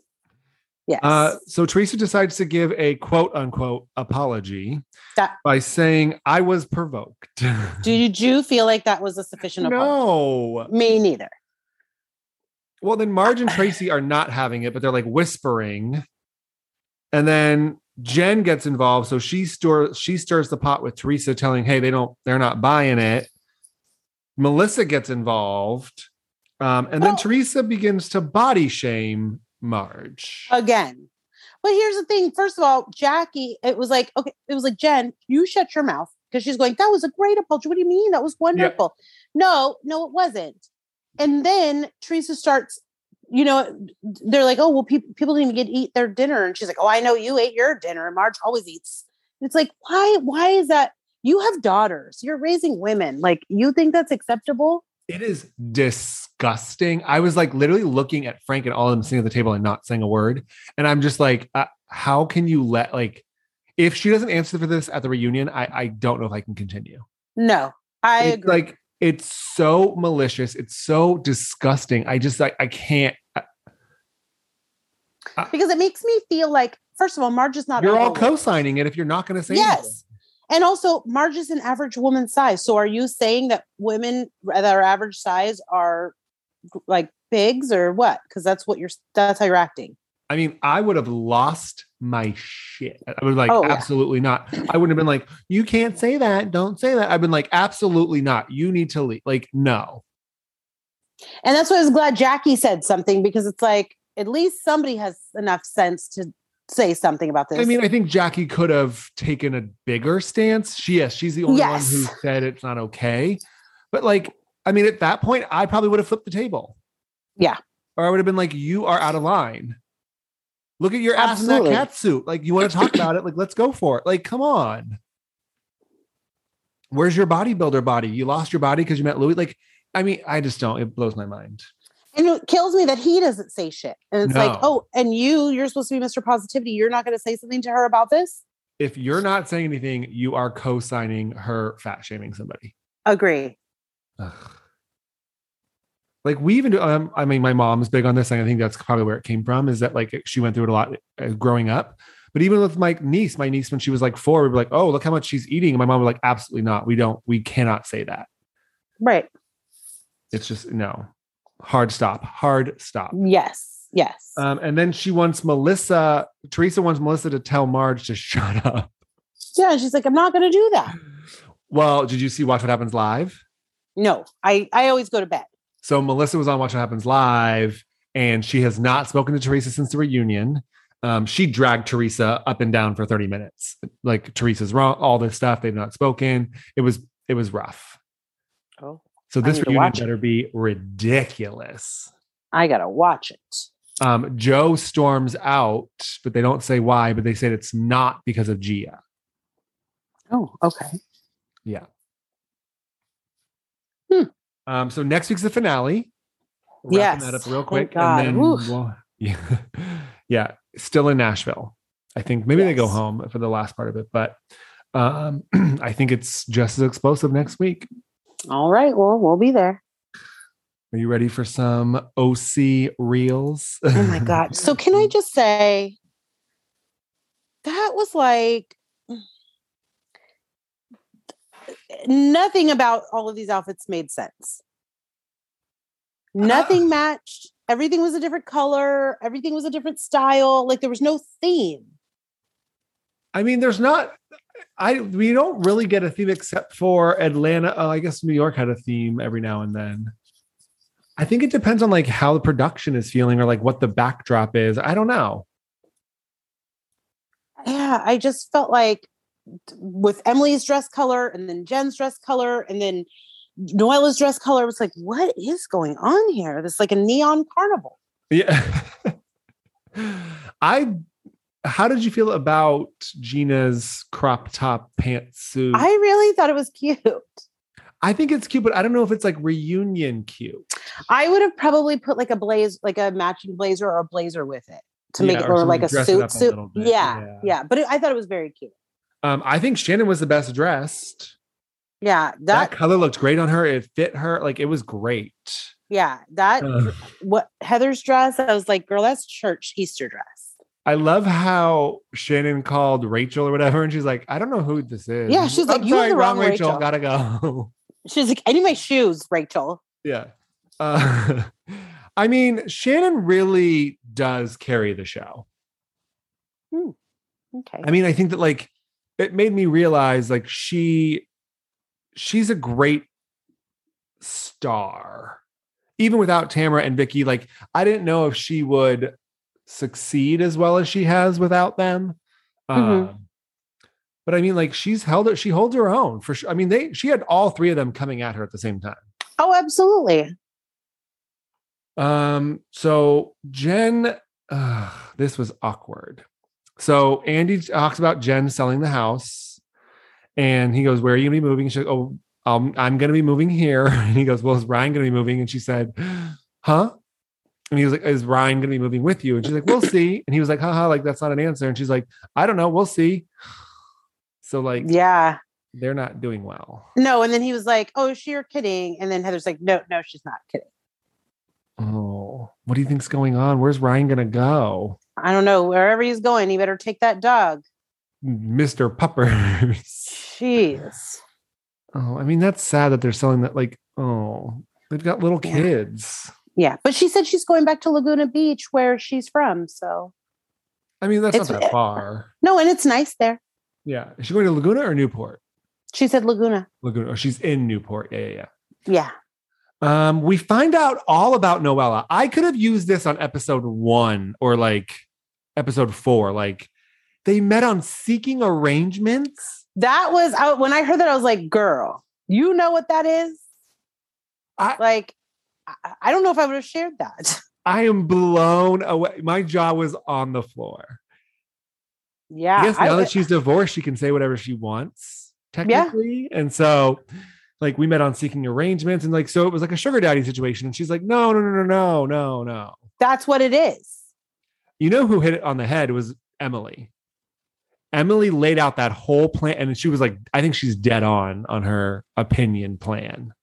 S1: Yes.
S2: Uh, so Teresa decides to give a quote unquote apology
S1: That-
S2: by saying, I was provoked. *laughs*
S1: Did you feel like that was a sufficient apology?
S2: no.
S1: Me neither.
S2: Well, then Marge and Tracy are not having it, but they're like whispering. And then Jen gets involved. So she stir she stirs the pot with Teresa, telling, hey, they don't, they're not buying it. Melissa gets involved. Um, and then
S1: Well-
S2: Teresa begins to body shame Marge.
S1: Uh, Again. But here's the thing. First of all, Jackie, it was like, okay, it was like, Jen, you shut your mouth because she's going, that was a great apology. What do you mean? That was wonderful. No, no, it wasn't. And then Teresa starts, you know, they're like, oh, well, people people didn't get to eat their dinner. And she's like, oh, I know you ate your dinner. And Marge always eats. And it's like, why? Why is that? You have daughters. You're raising women. Like, you think that's acceptable?
S2: It is disgusting. I was like literally looking at Frank and all of them sitting at the table and not saying a word. And I'm just like, uh, how can you let like, if she doesn't answer for this at the reunion, I I don't know if I can continue.
S1: No, I
S2: It's
S1: agree.
S2: Like it's so malicious. It's so disgusting. I just like I can't.
S1: because it makes me feel like, first of all, Marge is not.
S2: You're all
S1: overweight.
S2: co-signing it if you're not going to say anything.
S1: Yes. And also, Marge is an average woman size. So are you saying that women that are average size are like pigs or what? Because that's what you're, that's how you're acting.
S2: I mean, I would have lost my shit. I would like,
S1: Oh, yeah.
S2: absolutely not. I wouldn't have been like, you can't say that. Don't say that. I've been like, absolutely not. You need to leave. Like, no.
S1: And that's why I was glad Jackie said something because it's like, at least somebody has enough sense to say something about this.
S2: I mean, I think Jackie could have taken a bigger stance. She, yes, she's the only
S1: Yes.
S2: one who said it's not okay. But like, I mean, at that point, I probably would have flipped the table.
S1: Yeah.
S2: Or I would have been like, you are out of line. Look at your ass
S1: Absolutely.
S2: in that cat suit. Like, you want to
S1: *clears throat*
S2: talk about it? Like, let's go for it. Like, come on. Where's your bodybuilder body? You lost your body because you met Louis. Like, I mean, I just don't. It blows my mind.
S1: and it kills me that he doesn't say shit. And it's like,
S2: No.
S1: oh, and you, you're supposed to be Mr. Positivity. You're not going to say something to her about this?
S2: If you're not saying anything, you are co signing her fat shaming somebody.
S1: Agree.
S2: Ugh. Like we even do, um, I mean, my mom's big on this, and I think that's probably where it came from. Is that like she went through it a lot uh, growing up, but even with my niece, my niece when she was like four, we were like, "Oh, look how much she's eating," and my mom was like, "Absolutely not. We don't. We cannot say that.
S1: Right.
S2: It's just no. Hard stop. Hard stop."
S1: Yes. Yes.
S2: Um, and then she wants Melissa. Teresa wants Melissa to tell Marge to *laughs* shut up.
S1: yeah. And she's like, I'm not going to do that.
S2: Well, did you see Watch What Happens Live?
S1: No, I, I always go to bed.
S2: So Melissa was on Watch What Happens Live, and she has not spoken to Teresa since the reunion. Um, she dragged Teresa up and down for 30 minutes. Like Teresa's wrong, all this stuff. They've not spoken. It was it was rough.
S1: Oh,
S2: So this
S1: need to
S2: reunion
S1: watch it.
S2: better be ridiculous.
S1: I gotta watch it.
S2: Um, Joe storms out, but they don't say why, but they said it's not because of Gia.
S1: Oh, okay.
S2: Yeah.
S1: Hmm.
S2: Um, so next week's the finale. Wrapping that up
S1: Yes.
S2: real
S1: Thank
S2: quick.
S1: God.
S2: And then
S1: Whew.
S2: we'll- *laughs* yeah. yeah. Still in Nashville. I think maybe they go
S1: Yes.
S2: home for the last part of it, but um, *clears throat* I think it's just as explosive next week.
S1: All right. Well, we'll be there.
S2: Are you ready for some OC reels?
S1: Oh
S2: *laughs*
S1: my god. So can I just say that was like nothing about all of these outfits made sense. Nothing matched. Everything was a different color. Everything was a different style. Like there was no theme.
S2: I mean, there's not. I we don't really get a theme except for Atlanta. Oh, I guess New York had a theme every now and then. I think it depends on like how the production is feeling or like what the backdrop is. I don't know.
S1: yeah, I just felt like t- with Emily's dress color and then Jen's dress color and then Noella's dress color it was like, what is going on here? This is like a neon carnival.
S2: Yeah. *laughs* I how did you feel about Gina's crop top pantsuit?
S1: I really thought it was cute. *laughs*
S2: I think it's cute, but I don't know if it's like reunion cute.
S1: I would have probably put like a blaze, like a matching blazer or a blazer with it to make
S2: Yeah,
S1: it,
S2: or
S1: or, like
S2: something dress it
S1: a suit.
S2: up a
S1: suit.
S2: little bit,
S1: yeah,
S2: yeah.
S1: yeah, But it, I thought it was very cute.
S2: Um, I think Shannon was the best dressed.
S1: Yeah,
S2: That,
S1: that,
S2: color looked great on her. It fit her. Like it was great. Uh,
S1: yeah, that
S2: Ugh.
S1: what Heather's dress, I was like, girl, that's church Easter dress.
S2: I love how Shannon called Rachel or whatever, and she's like, I don't know who this is.
S1: Yeah, she's like,
S2: "I'm
S1: "You have the wrong Rachel."
S2: Gotta go. *laughs*
S1: She's like, I need my shoes, Rachel.
S2: yeah. Uh, *laughs* I mean, Shannon really does carry the show.
S1: Okay.
S2: I mean, I think that like it made me realize like she she's a great star. Even without Tamara and Vicky, like I didn't know if she would succeed as well as she has without them.
S1: Mhm.
S2: Um, but I mean, like she's held it. She holds her own for sure. I mean, they she had all three of them coming at her at the same time.
S1: oh, absolutely.
S2: Um, so Jen, uh, this was awkward. So Andy talks about Jen selling the house, and he goes, "Where are you gonna be moving?" She goes, "Oh, um, I'm gonna be moving here." *laughs* And he goes, "Well, is Ryan gonna be moving?" And she said, "Huh?" And he was like, "Is Ryan gonna be moving with you?" And she's like, "We'll see." And he was like, "Haha, like that's not an answer." And she's like, "I don't know. We'll see." So like,
S1: Yeah.
S2: they're not doing well.
S1: No, and then he was like, Oh, she you're kidding. And then Heather's like, No, no, she's not kidding.
S2: Oh, what do you think's going on? Where's Ryan gonna go?
S1: I don't know. Wherever he's going, he better take that dog.
S2: Mr. *laughs* Puppers.
S1: Jeez.
S2: Oh, I mean, that's sad that they're selling that. Like, oh, they've got little
S1: Yeah.
S2: kids.
S1: Yeah. But she said she's going back to Laguna Beach where she's from. So
S2: I mean, that's
S1: It's-
S2: not that far.
S1: no, and it's nice there.
S2: Yeah. Is she going to Laguna or Newport?
S1: She said Laguna.
S2: Laguna. Oh, she's in Newport. Yeah, yeah,
S1: Yeah.
S2: yeah. Um, we find out all about Noella. I could have used this on episode one or like episode four. Like, they met on seeking arrangements.
S1: That was I, when I heard that I was like, girl, you know what that is?
S2: I-
S1: like I, I don't know if I would have shared that. *laughs*
S2: I am blown away. My jaw was on the floor.
S1: yeah.
S2: yes,
S1: I
S2: now
S1: would-
S2: that she's divorced, she can say whatever she wants, technically. And so, like, we met on seeking arrangements, and like, so it was like a sugar daddy situation. And she's like, no, no, no, no, no, no, no.
S1: that's what it is.
S2: You know who hit it on the head was Emily. Emily laid out that whole plan, and she was like, I think she's dead on on her opinion plan.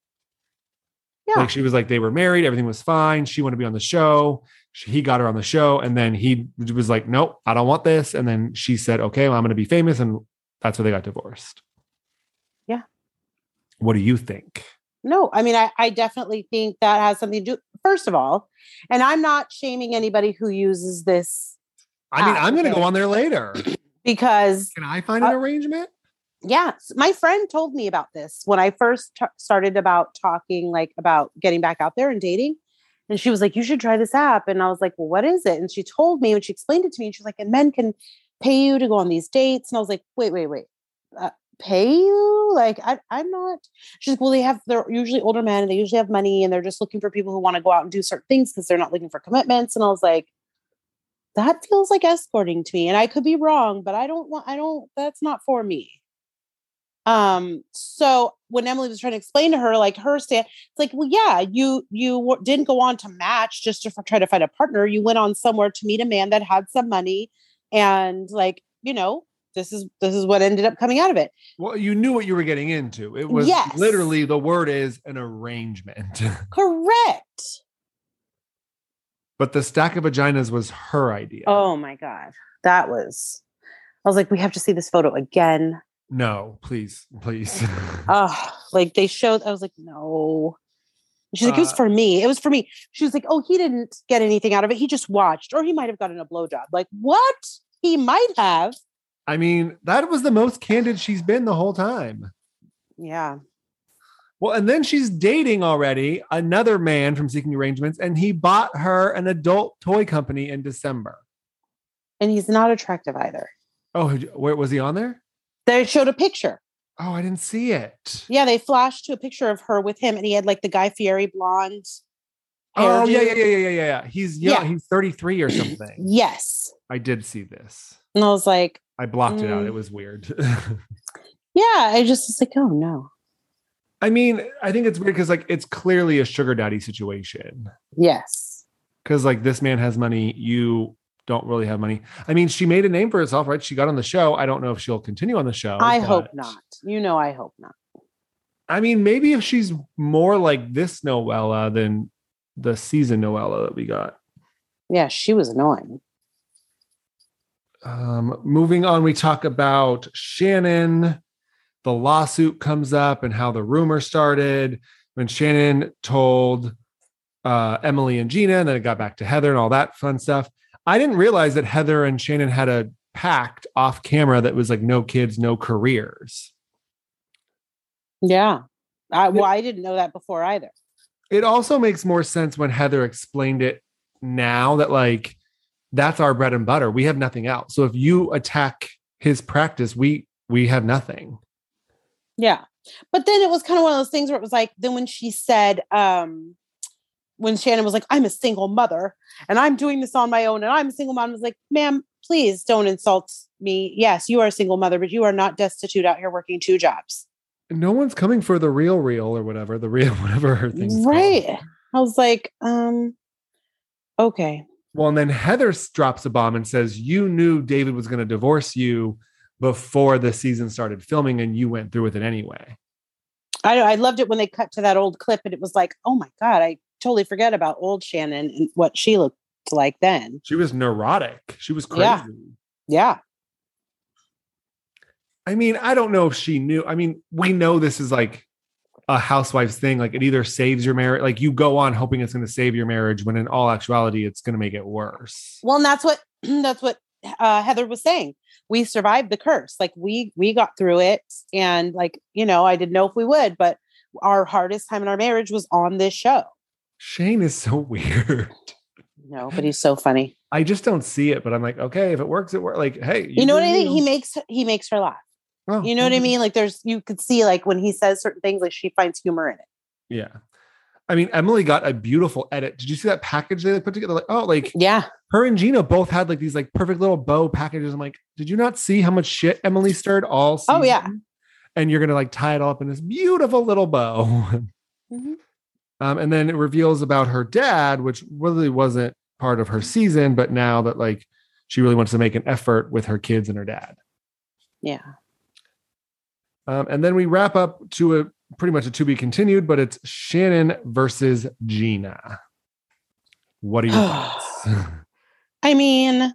S1: Yeah.
S2: Like she was like, they were married, everything was fine. She wanted to be on the show. She, he got her on the show, and then he was like, nope, I don't want this. And then she said, okay, well, I'm going to be famous, and that's where they got divorced.
S1: Yeah.
S2: What do you think?
S1: No, I mean, I, I definitely think that has something to do. First of all, and I'm not shaming anybody who uses this
S2: I mean,
S1: Ah,
S2: I'm going to
S1: okay.
S2: go on there later.
S1: because,
S2: Can I find an
S1: Uh,
S2: arrangement?
S1: yeah, s- my friend told me about this when I first t- started about talking, like about getting back out there and dating. And she was like, You should try this app. And I was like, Well, what is it? And she told me, and she explained it to me, and she was like, And men can pay you to go on these dates. And I was like, Wait, wait, wait. Uh, pay you? Like, I, I'm not. She's like, well, they have they're usually older men and they usually have money and they're just looking for people who want to go out and do certain things because they're not looking for commitments. And I was like, that feels like escorting to me. And I could be wrong, but I don't want I don't that's not for me. Um, so when Emily was trying to explain to her, like her stand, it's like, well, yeah, you you w- didn't go on to match just to f- try to find a partner. You went on somewhere to meet a man that had some money, and like you know, this is this is what ended up coming out of it.
S2: Well, you knew what you were getting into. It was
S1: Yes.
S2: literally the word is an arrangement. *laughs*
S1: Correct.
S2: but the stack of vaginas was her idea.
S1: Oh my god, that was. I was like, we have to see this photo again.
S2: No, please, please. *laughs*
S1: Oh, like they showed. I was like, no. And She's like, it was
S2: Uh,
S1: for me. It was for me. She was like, oh, he didn't get anything out of it. He just watched, or he might have gotten a blowjob. Like, what? He might have.
S2: I mean, that was the most candid she's been the whole time.
S1: Yeah.
S2: Well, and then she's dating already another man from Seeking Arrangements, and he bought her an adult toy company in December.
S1: And he's not attractive either.
S2: Oh, where was he on there?
S1: They showed a picture.
S2: Oh, I didn't see it.
S1: Yeah, they flashed to a picture of her with him, and he had like the Guy Fieri blonde.
S2: Oh, yeah,
S1: hairdo.
S2: yeah, yeah, yeah, yeah, yeah. yeah. He's young.
S1: Yeah.
S2: He's 33 or
S1: *clears throat*
S2: something.
S1: Yes.
S2: I did see this.
S1: And I was like,
S2: I blocked it out.
S1: Mm.
S2: It was weird. *laughs*
S1: yeah. I just was like, oh no.
S2: I mean, I think it's weird because like it's clearly a sugar daddy situation.
S1: Yes.
S2: because like this man has money you don't really have money i mean she made a name for herself Oh, right she got on the show i don't know if she'll continue on the show
S1: I hope
S2: but
S1: not. You know, I hope not.
S2: I mean, maybe if she's more like this Noella than the season Noella that we got.
S1: Yeah, she was annoying.
S2: Um, moving on, we talk about Shannon. The lawsuit comes up and how the rumor started when Shannon told uh, Emily and Gina, and then it got back to Heather and all that fun stuff. I didn't realize that Heather and Shannon had a pact off camera that was like no kids, no careers.
S1: Yeah. I, well, I didn't know that before either.
S2: It also makes more sense when Heather explained it now that like that's our bread and butter. We have nothing else. So if you attack his practice, we we have nothing.
S1: Yeah. But then it was kind of one of those things where it was like, then when she said, um, when Shannon was like, I'm a single mother and I'm doing this on my own and I'm a single mom, I was like, ma'am, please don't insult me. Yes, you are a single mother, but you are not destitute out here working two jobs.
S2: No one's coming for the real real or whatever, the real *laughs* whatever her thing's
S1: right.
S2: called.
S1: I was like, um, okay.
S2: Well, and then Heather drops a bomb and says, You knew David was going to divorce you before the season started filming and you went through with it anyway.
S1: I I loved it when they cut to that old clip and it was like, oh my God, I totally forget about old Shannon and what she looked like then.
S2: She was neurotic. She was crazy.
S1: Yeah. Yeah.
S2: I mean, I don't know if she knew. I mean, we know this is like a housewife's thing. Like it either saves your marriage, like you go on hoping it's going to save your marriage, when in all actuality, it's going to make it worse.
S1: Well, and that's what *clears throat* that's what uh, Heather was saying. We survived the curse. Like we we got through it, and like you know, I didn't know if we would, but our hardest time in our marriage was on this show.
S2: Shane is so *laughs* weird.
S1: No, but he's so funny.
S2: I just don't see it, but I'm like, okay, if it works, it works. Like, hey,
S1: You know what
S2: do
S1: I think?
S2: you.
S1: He makes he makes her laugh.
S2: Oh,
S1: You know what I
S2: okay.
S1: mean? Like there's you could see like when he says certain things, like she finds humor in it.
S2: Yeah. I mean, Emily got a beautiful edit. Did you see that package that they put together? Like, oh, like
S1: Yeah.
S2: her and Gina both had like these like perfect little bow packages. I'm like, did you not see how much shit Emily stirred all season?
S1: Oh, yeah.
S2: And you're gonna like tie it all up in this beautiful little bow.
S1: Mhm.
S2: Um, and then it reveals about her dad, which really wasn't part of her season, but now that like she really wants to make an effort with her kids and her dad.
S1: Yeah.
S2: Um, and then we wrap up to a pretty much a to be continued, but it's Shannon versus Gina. What are
S1: *sighs*
S2: your thoughts?
S1: I mean,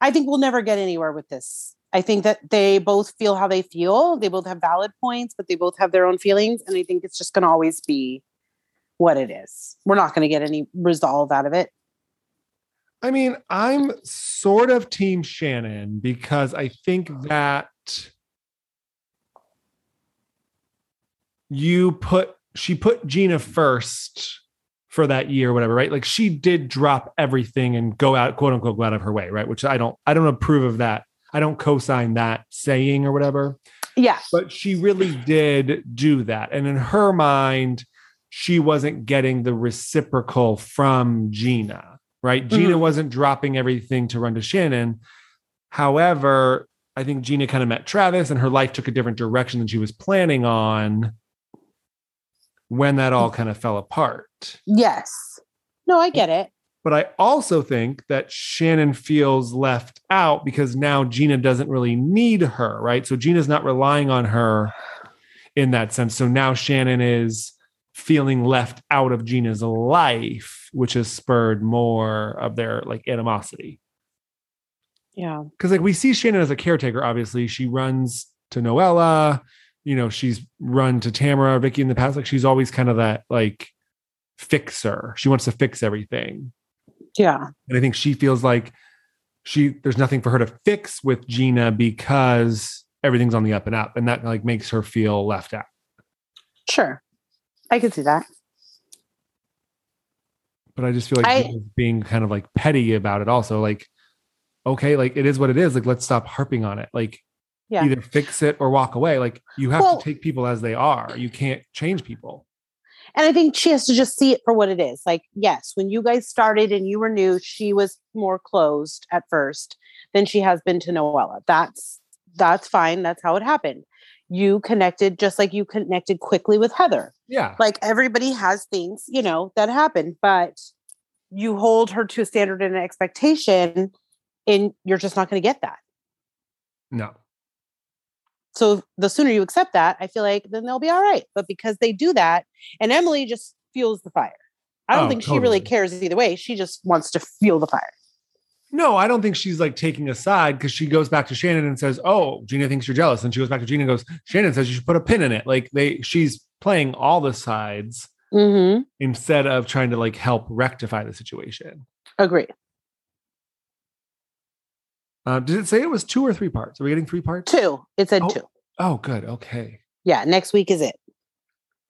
S1: I think we'll never get anywhere with this. I think that they both feel how they feel. They both have valid points, but they both have their own feelings. And I think it's just going to always be what it is. We're not going to get any resolve out of it.
S2: I mean, I'm sort of team Shannon because I think that you put she put Gina first for that year, whatever, right? Like she did drop everything and go out, quote unquote, go out of her way, right? Which I don't, I don't approve of that. I don't co-sign that saying or whatever.
S1: Yeah.
S2: but she really did do that and in her mind she wasn't getting the reciprocal from gina right gina wasn't dropping everything to run to shannon however i think gina kind of met travis and her life took a different direction than she was planning on when that all kind of fell apart
S1: Yes. No, I get it.
S2: but I also think that Shannon feels left out because now Gina doesn't really need her, right? So Gina's not relying on her in that sense. So now Shannon is feeling left out of Gina's life, which has spurred more of their like animosity.
S1: Yeah.
S2: Cause like we see Shannon as a caretaker, obviously. She runs to Noella, you know, she's run to Tamara, Vicky in the past. Like she's always kind of that like fixer. She wants to fix everything.
S1: Yeah.
S2: And I think she feels like she there's nothing for her to fix with Gina because everything's on the up and up. And that like makes her feel left out.
S1: Sure. I could see that.
S2: But I just feel like
S1: I-
S2: Gina's being kind of like petty about it also. Like, okay, like it is what it is. Like, let's stop harping on it. Like
S1: Yeah.
S2: either fix it or walk away. Like you have
S1: Well-
S2: to take people as they are. You can't change people.
S1: And I think she has to just see it for what it is. Like, yes, when you guys started and you were new, she was more closed at first than she has been to Noella. That's that's fine. That's how it happened. You connected just like you connected quickly with Heather.
S2: Yeah.
S1: Like everybody has things, you know, that happen, but you hold her to a standard and an expectation, and you're just not going to get that.
S2: No.
S1: So the sooner you accept that, I feel like then they'll be all right. But because they do that, and Emily just fuels the fire. I don't
S2: Oh,
S1: think she really
S2: totally.
S1: cares either way. She just wants to fuel the fire.
S2: No, I don't think she's like taking a side because she goes back to Shannon and says, "Oh, Gina thinks you're jealous," and she goes back to Gina and goes, "Shannon says you should put a pin in it." Like they, she's playing all the sides
S1: Mm-hmm.
S2: instead of trying to like help rectify the situation.
S1: Agree.
S2: Uh, did it say it was two or three parts? Are we getting three parts?
S1: Two. It said
S2: Oh.
S1: two.
S2: Oh, good. Okay,
S1: Yeah. Next week is it.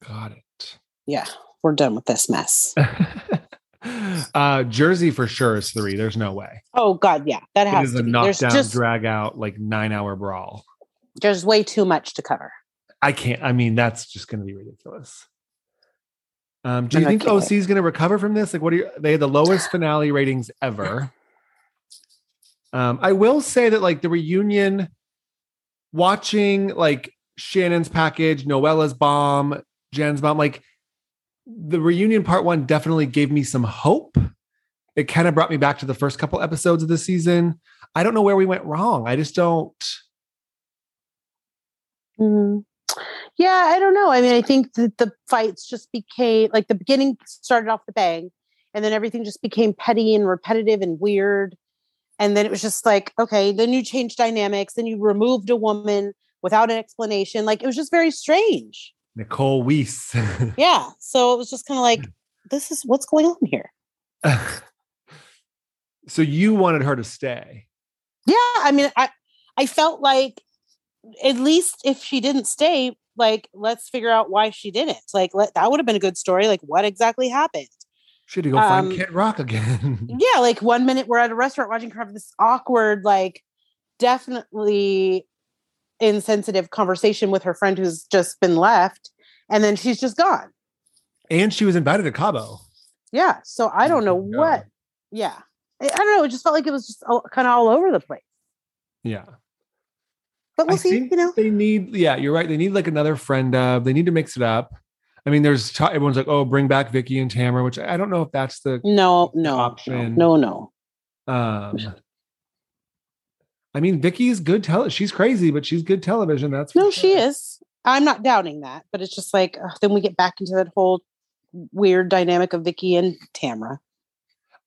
S2: got it.
S1: Yeah. We're done with this mess.
S2: *laughs* uh, Jersey for sure is three. There's no way.
S1: Oh God. Yeah. That
S2: It
S1: has
S2: is
S1: to
S2: a
S1: be. There's
S2: knockdown,
S1: just
S2: drag out, like nine hour brawl.
S1: there's way too much to cover.
S2: I can't. I mean, that's just going to be ridiculous. Um, do
S1: I'm
S2: you
S1: not
S2: think
S1: kidding.
S2: OC is going to recover from this? Like, what are you, they had the lowest finale ratings ever? Um, I will say that like the reunion, watching like Shannon's package, Noella's bomb, Jen's bomb, like the reunion part one definitely gave me some hope. It kind of brought me back to the first couple episodes of the season. I don't know where we went wrong. I just don't.
S1: Mhm. Yeah, I don't know. I mean, I think that the fights just became like the beginning started off the bang, and then everything just became petty and repetitive and weird. And then it was just like, okay, then you changed dynamics, then you removed a woman without an explanation. Like it was just very strange.
S2: Nicole Weiss. *laughs*
S1: Yeah. So it was just kind of like, this is what's going on here.
S2: *laughs* so you wanted her to stay.
S1: Yeah. I mean, I I felt like at least if she didn't stay, like let's figure out why she didn't. Like let, that would have been a good story. Like what exactly happened?
S2: She had to go
S1: Um,
S2: find Kid Rock again. *laughs*
S1: yeah, like one minute we're at a restaurant watching her have this awkward, like definitely insensitive conversation with her friend who's just been left, and then she's just gone.
S2: and she was invited to Cabo.
S1: Yeah. So
S2: Oh
S1: I don't know
S2: Yeah.
S1: what. Yeah. I, I don't know. It just felt like it was just kind of all over the place.
S2: Yeah.
S1: But we'll
S2: I
S1: see,
S2: think
S1: you know.
S2: They need, yeah, you're right. They need like another friend of, they need to mix it up. I mean, there's t- everyone's like, oh, bring back Vicky and Tamara, which I don't know if that's the
S1: No, no,
S2: option.
S1: no, no.
S2: um I mean Vicky's good tele she's crazy, but she's good television. That's for
S1: No, she
S2: sure.
S1: is. I'm not doubting that, but it's just like ugh, then we get back into that whole weird dynamic of Vicky and Tamra.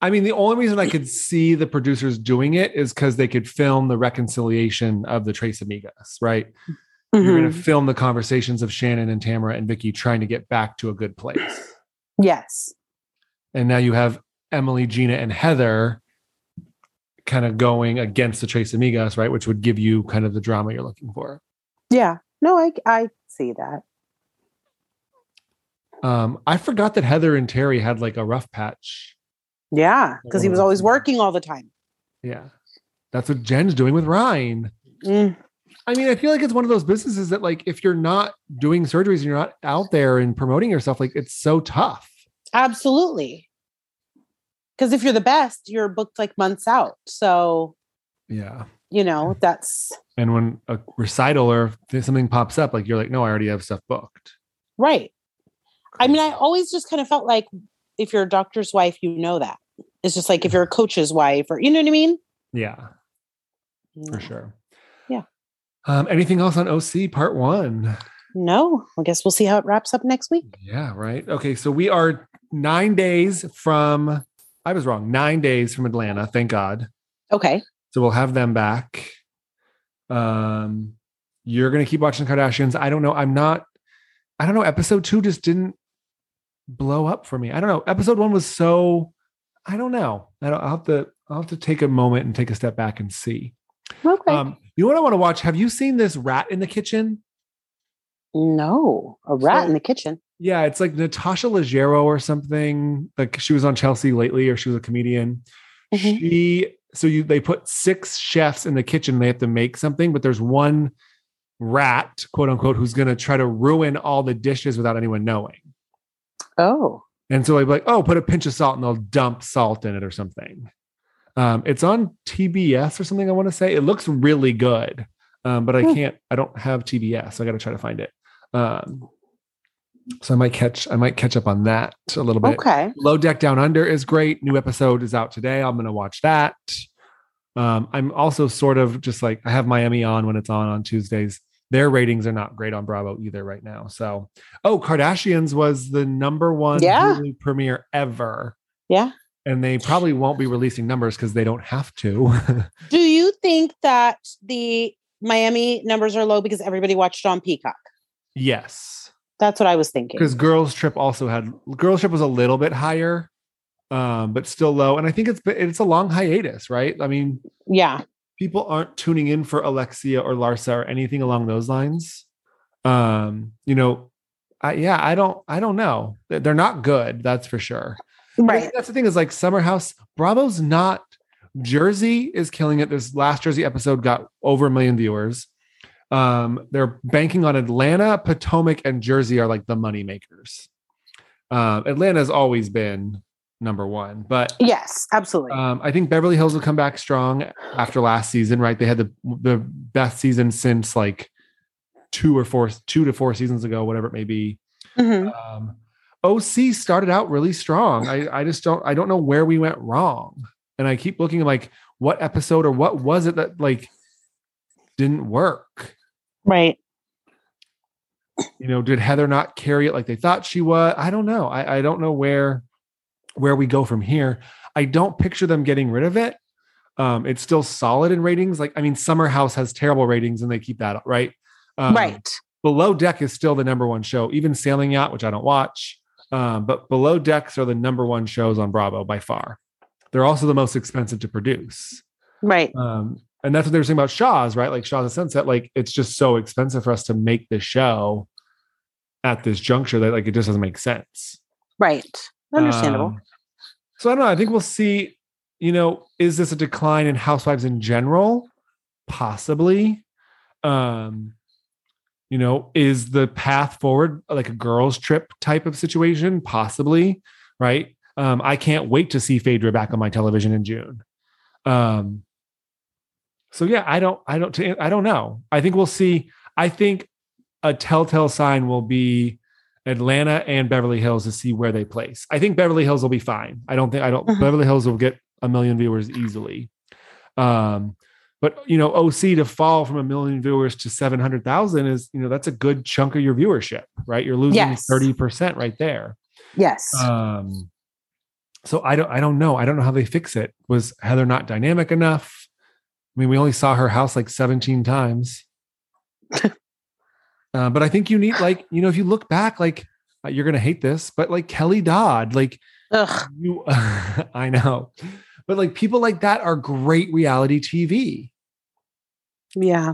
S2: I mean, the only reason I could see the producers doing it is because they could film the reconciliation of the Trace Amigas, right? You're going to film the conversations of Shannon and Tamara and Vicky trying to get back to a good place.
S1: Yes.
S2: And now you have Emily, Gina, and Heather kind of going against the Trace Amigas, right? Which would give you kind of the drama you're looking for.
S1: Yeah. No, I I see that.
S2: Um, I forgot that Heather and Terry had like a rough patch.
S1: Yeah, because he was always
S2: Mm-hmm.
S1: working all the time.
S2: Yeah. That's what Jen's doing with Ryan.
S1: Mm.
S2: I mean, I feel like it's one of those businesses that, like, if you're not doing surgeries and you're not out there and promoting yourself, like, it's so tough.
S1: Absolutely. Because if you're the best, you're booked like months out. So
S2: Yeah.
S1: you
S2: Mm.
S1: know that's
S2: And when a recital or if something pops up, like, you're like, no, I already have stuff booked.
S1: right. I mean, I always just kind of felt like if you're a doctor's wife, you know that. It's just like if you're a coach's wife, or you know what I mean.
S2: yeah, for sure.
S1: Mm. Yeah.
S2: Um, anything else on OC part one?
S1: No, I guess we'll see how it wraps up next week.
S2: Yeah, right. Okay. So we are nine days from, I was wrong, nine days from Atlanta. Thank God.
S1: Okay.
S2: So we'll have them back. Um, you're gonna keep watching the Kardashians. I don't know. I'm not. I don't know. Episode two just didn't blow up for me. I don't know. Episode one was so. I don't know. I don't, I'll have to. I'll have to take a moment and take a step back and see.
S1: Okay.
S2: Um, you know what I want to watch? Have you seen this rat in the kitchen?
S1: no, a rat
S2: so-
S1: in the kitchen.
S2: Yeah, it's like Natasha Leggero or something. Like she was on Chelsea lately, or she was a comedian.
S1: Mhm.
S2: she so you they put six chefs in the kitchen they have to make something but there's one rat quote unquote who's going to try to ruin all the dishes without anyone knowing
S1: Oh,
S2: and so they'd be like oh put a pinch of salt and they'll dump salt in it or something um, it's on tbs or something i want to say it looks really good um, but i
S1: Hmm.
S2: can't i don't have tbs so i gotta try to find it um, so i might catch i might catch up on that a little bit
S1: okay.
S2: Low Deck Down Under is great. New episode is out today. I'm going to watch that. Um, I'm also sort of just like I have Miami on when it's on on Tuesdays. their ratings are not great on Bravo either right now. So, oh, Kardashians was the number one
S1: Yeah.
S2: Hulu premiere ever.
S1: Yeah.
S2: And they probably won't be releasing numbers because they don't have to. *laughs*
S1: Do you think that the Miami numbers are low because everybody watched on Peacock?
S2: yes.
S1: That's what I was thinking.
S2: Because Girls Trip also had Girls Trip was a little bit higher, um, but still low. And I think it's it's a long hiatus, right? I mean,
S1: Yeah.
S2: people aren't tuning in for Alexia or Larsa or anything along those lines. Um, you know, I, yeah, I don't, I don't know. They're they're not good, that's for sure. But I
S1: Right.
S2: think That's the thing is like Summer House, Bravo's not. Jersey is killing it. This last Jersey episode got over a million viewers. Um, they're banking on Atlanta, Potomac, and Jersey are like the money makers. Um, Atlanta's always been number one, but
S1: Yes, absolutely.
S2: um, I think Beverly Hills will come back strong after last season, right? They had the the best season since like two or four, two to four seasons ago, whatever it may be.
S1: Mhm.
S2: Um, OC started out really strong. I I just don't I don't know where we went wrong, and I keep looking at like what episode or what was it that like didn't work.
S1: Right.
S2: You know, did Heather not carry it like they thought she was? I don't know. I I don't know where where we go from here. I don't picture them getting rid of it. Um, it's still solid in ratings. Like, I mean, Summer House has terrible ratings and they keep that up, right. Um,
S1: right.
S2: Below Deck is still the number one show, even Sailing Yacht, which I don't watch. Um, but Below Decks are the number one shows on Bravo by far. They're also the most expensive to produce.
S1: Right.
S2: Um, and that's what they were saying about Shaw's, right? Like Shaw's and Sunset, like it's just so expensive for us to make this show at this juncture that like it just doesn't make sense.
S1: Right. Understandable.
S2: Um, so I don't know. I think we'll see. You know, is this a decline in housewives in general? Possibly. Um, you know, is the path forward like a girls' trip type of situation? Possibly, right? Um, I can't wait to see Phaedra back on my television in June. Um, so yeah, I don't, I don't, I don't know. I think we'll see. I think a telltale sign will be Atlanta and Beverly Hills to see where they place. I think Beverly Hills will be fine. I don't think I don't
S1: Mhm.
S2: Beverly Hills will get a million viewers easily. Um but you know OC to fall from a million viewers to 700,000 is you know that's a good chunk of your viewership, right? You're losing
S1: Yes.
S2: 30% right there.
S1: yes.
S2: Um so I don't I don't know. I don't know how they fix it. Was Heather not dynamic enough? I mean, we only saw her house like 17 times. Uh, but I think you need like, you know, if you look back, like uh, you're gonna hate this, but like Kelly Dodd, like
S1: Ugh.
S2: you *laughs* I know. But like people like that are great reality TV.
S1: Yeah.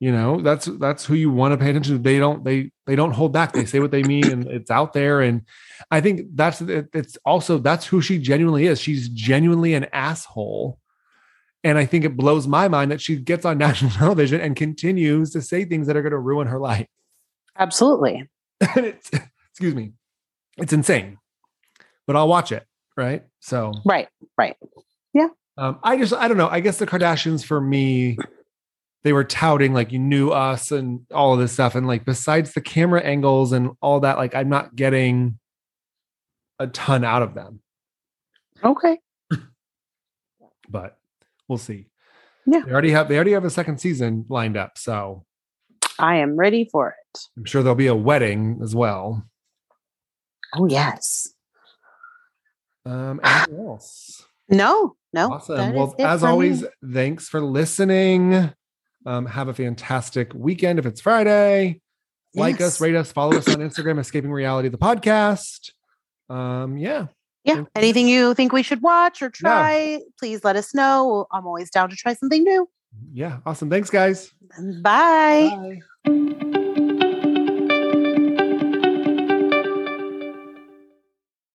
S2: You know, that's that's who you want to pay attention to. They don't they they don't hold back. They say what they mean and it's out there and I think that's it- it's also that's who she genuinely is. She's genuinely an asshole. And I think it blows my mind that she gets on *laughs* national television and continues to say things that are going to ruin her life. *laughs*
S1: Absolutely.
S2: and it's excuse me, it's insane. But I'll watch it, right? So
S1: Right.
S2: um, I just I don't know. I guess the Kardashians for me, they were touting like you knew us and all of this stuff, and like besides the camera angles and all that, like I'm not getting a ton out of them.
S1: Okay.
S2: But we'll see.
S1: Yeah.
S2: they already have they already have a second season lined up, so
S1: I am ready for it.
S2: I'm sure there'll be a wedding as well.
S1: Oh yes.
S2: Um, anything else?
S1: No. No. Oh, that
S2: Awesome.
S1: is
S2: Well,
S1: it
S2: as
S1: for me.
S2: always, thanks for listening. Um, have a fantastic weekend if it's Friday. Like
S1: Yes.
S2: us, rate us, follow us on Instagram, Escaping Reality, the podcast. Um, yeah.
S1: Yeah. Anything you think we should watch or try, please let us know. I'm always down to try something new.
S2: Yeah. Awesome. Thanks, guys.
S1: Bye.
S2: Bye.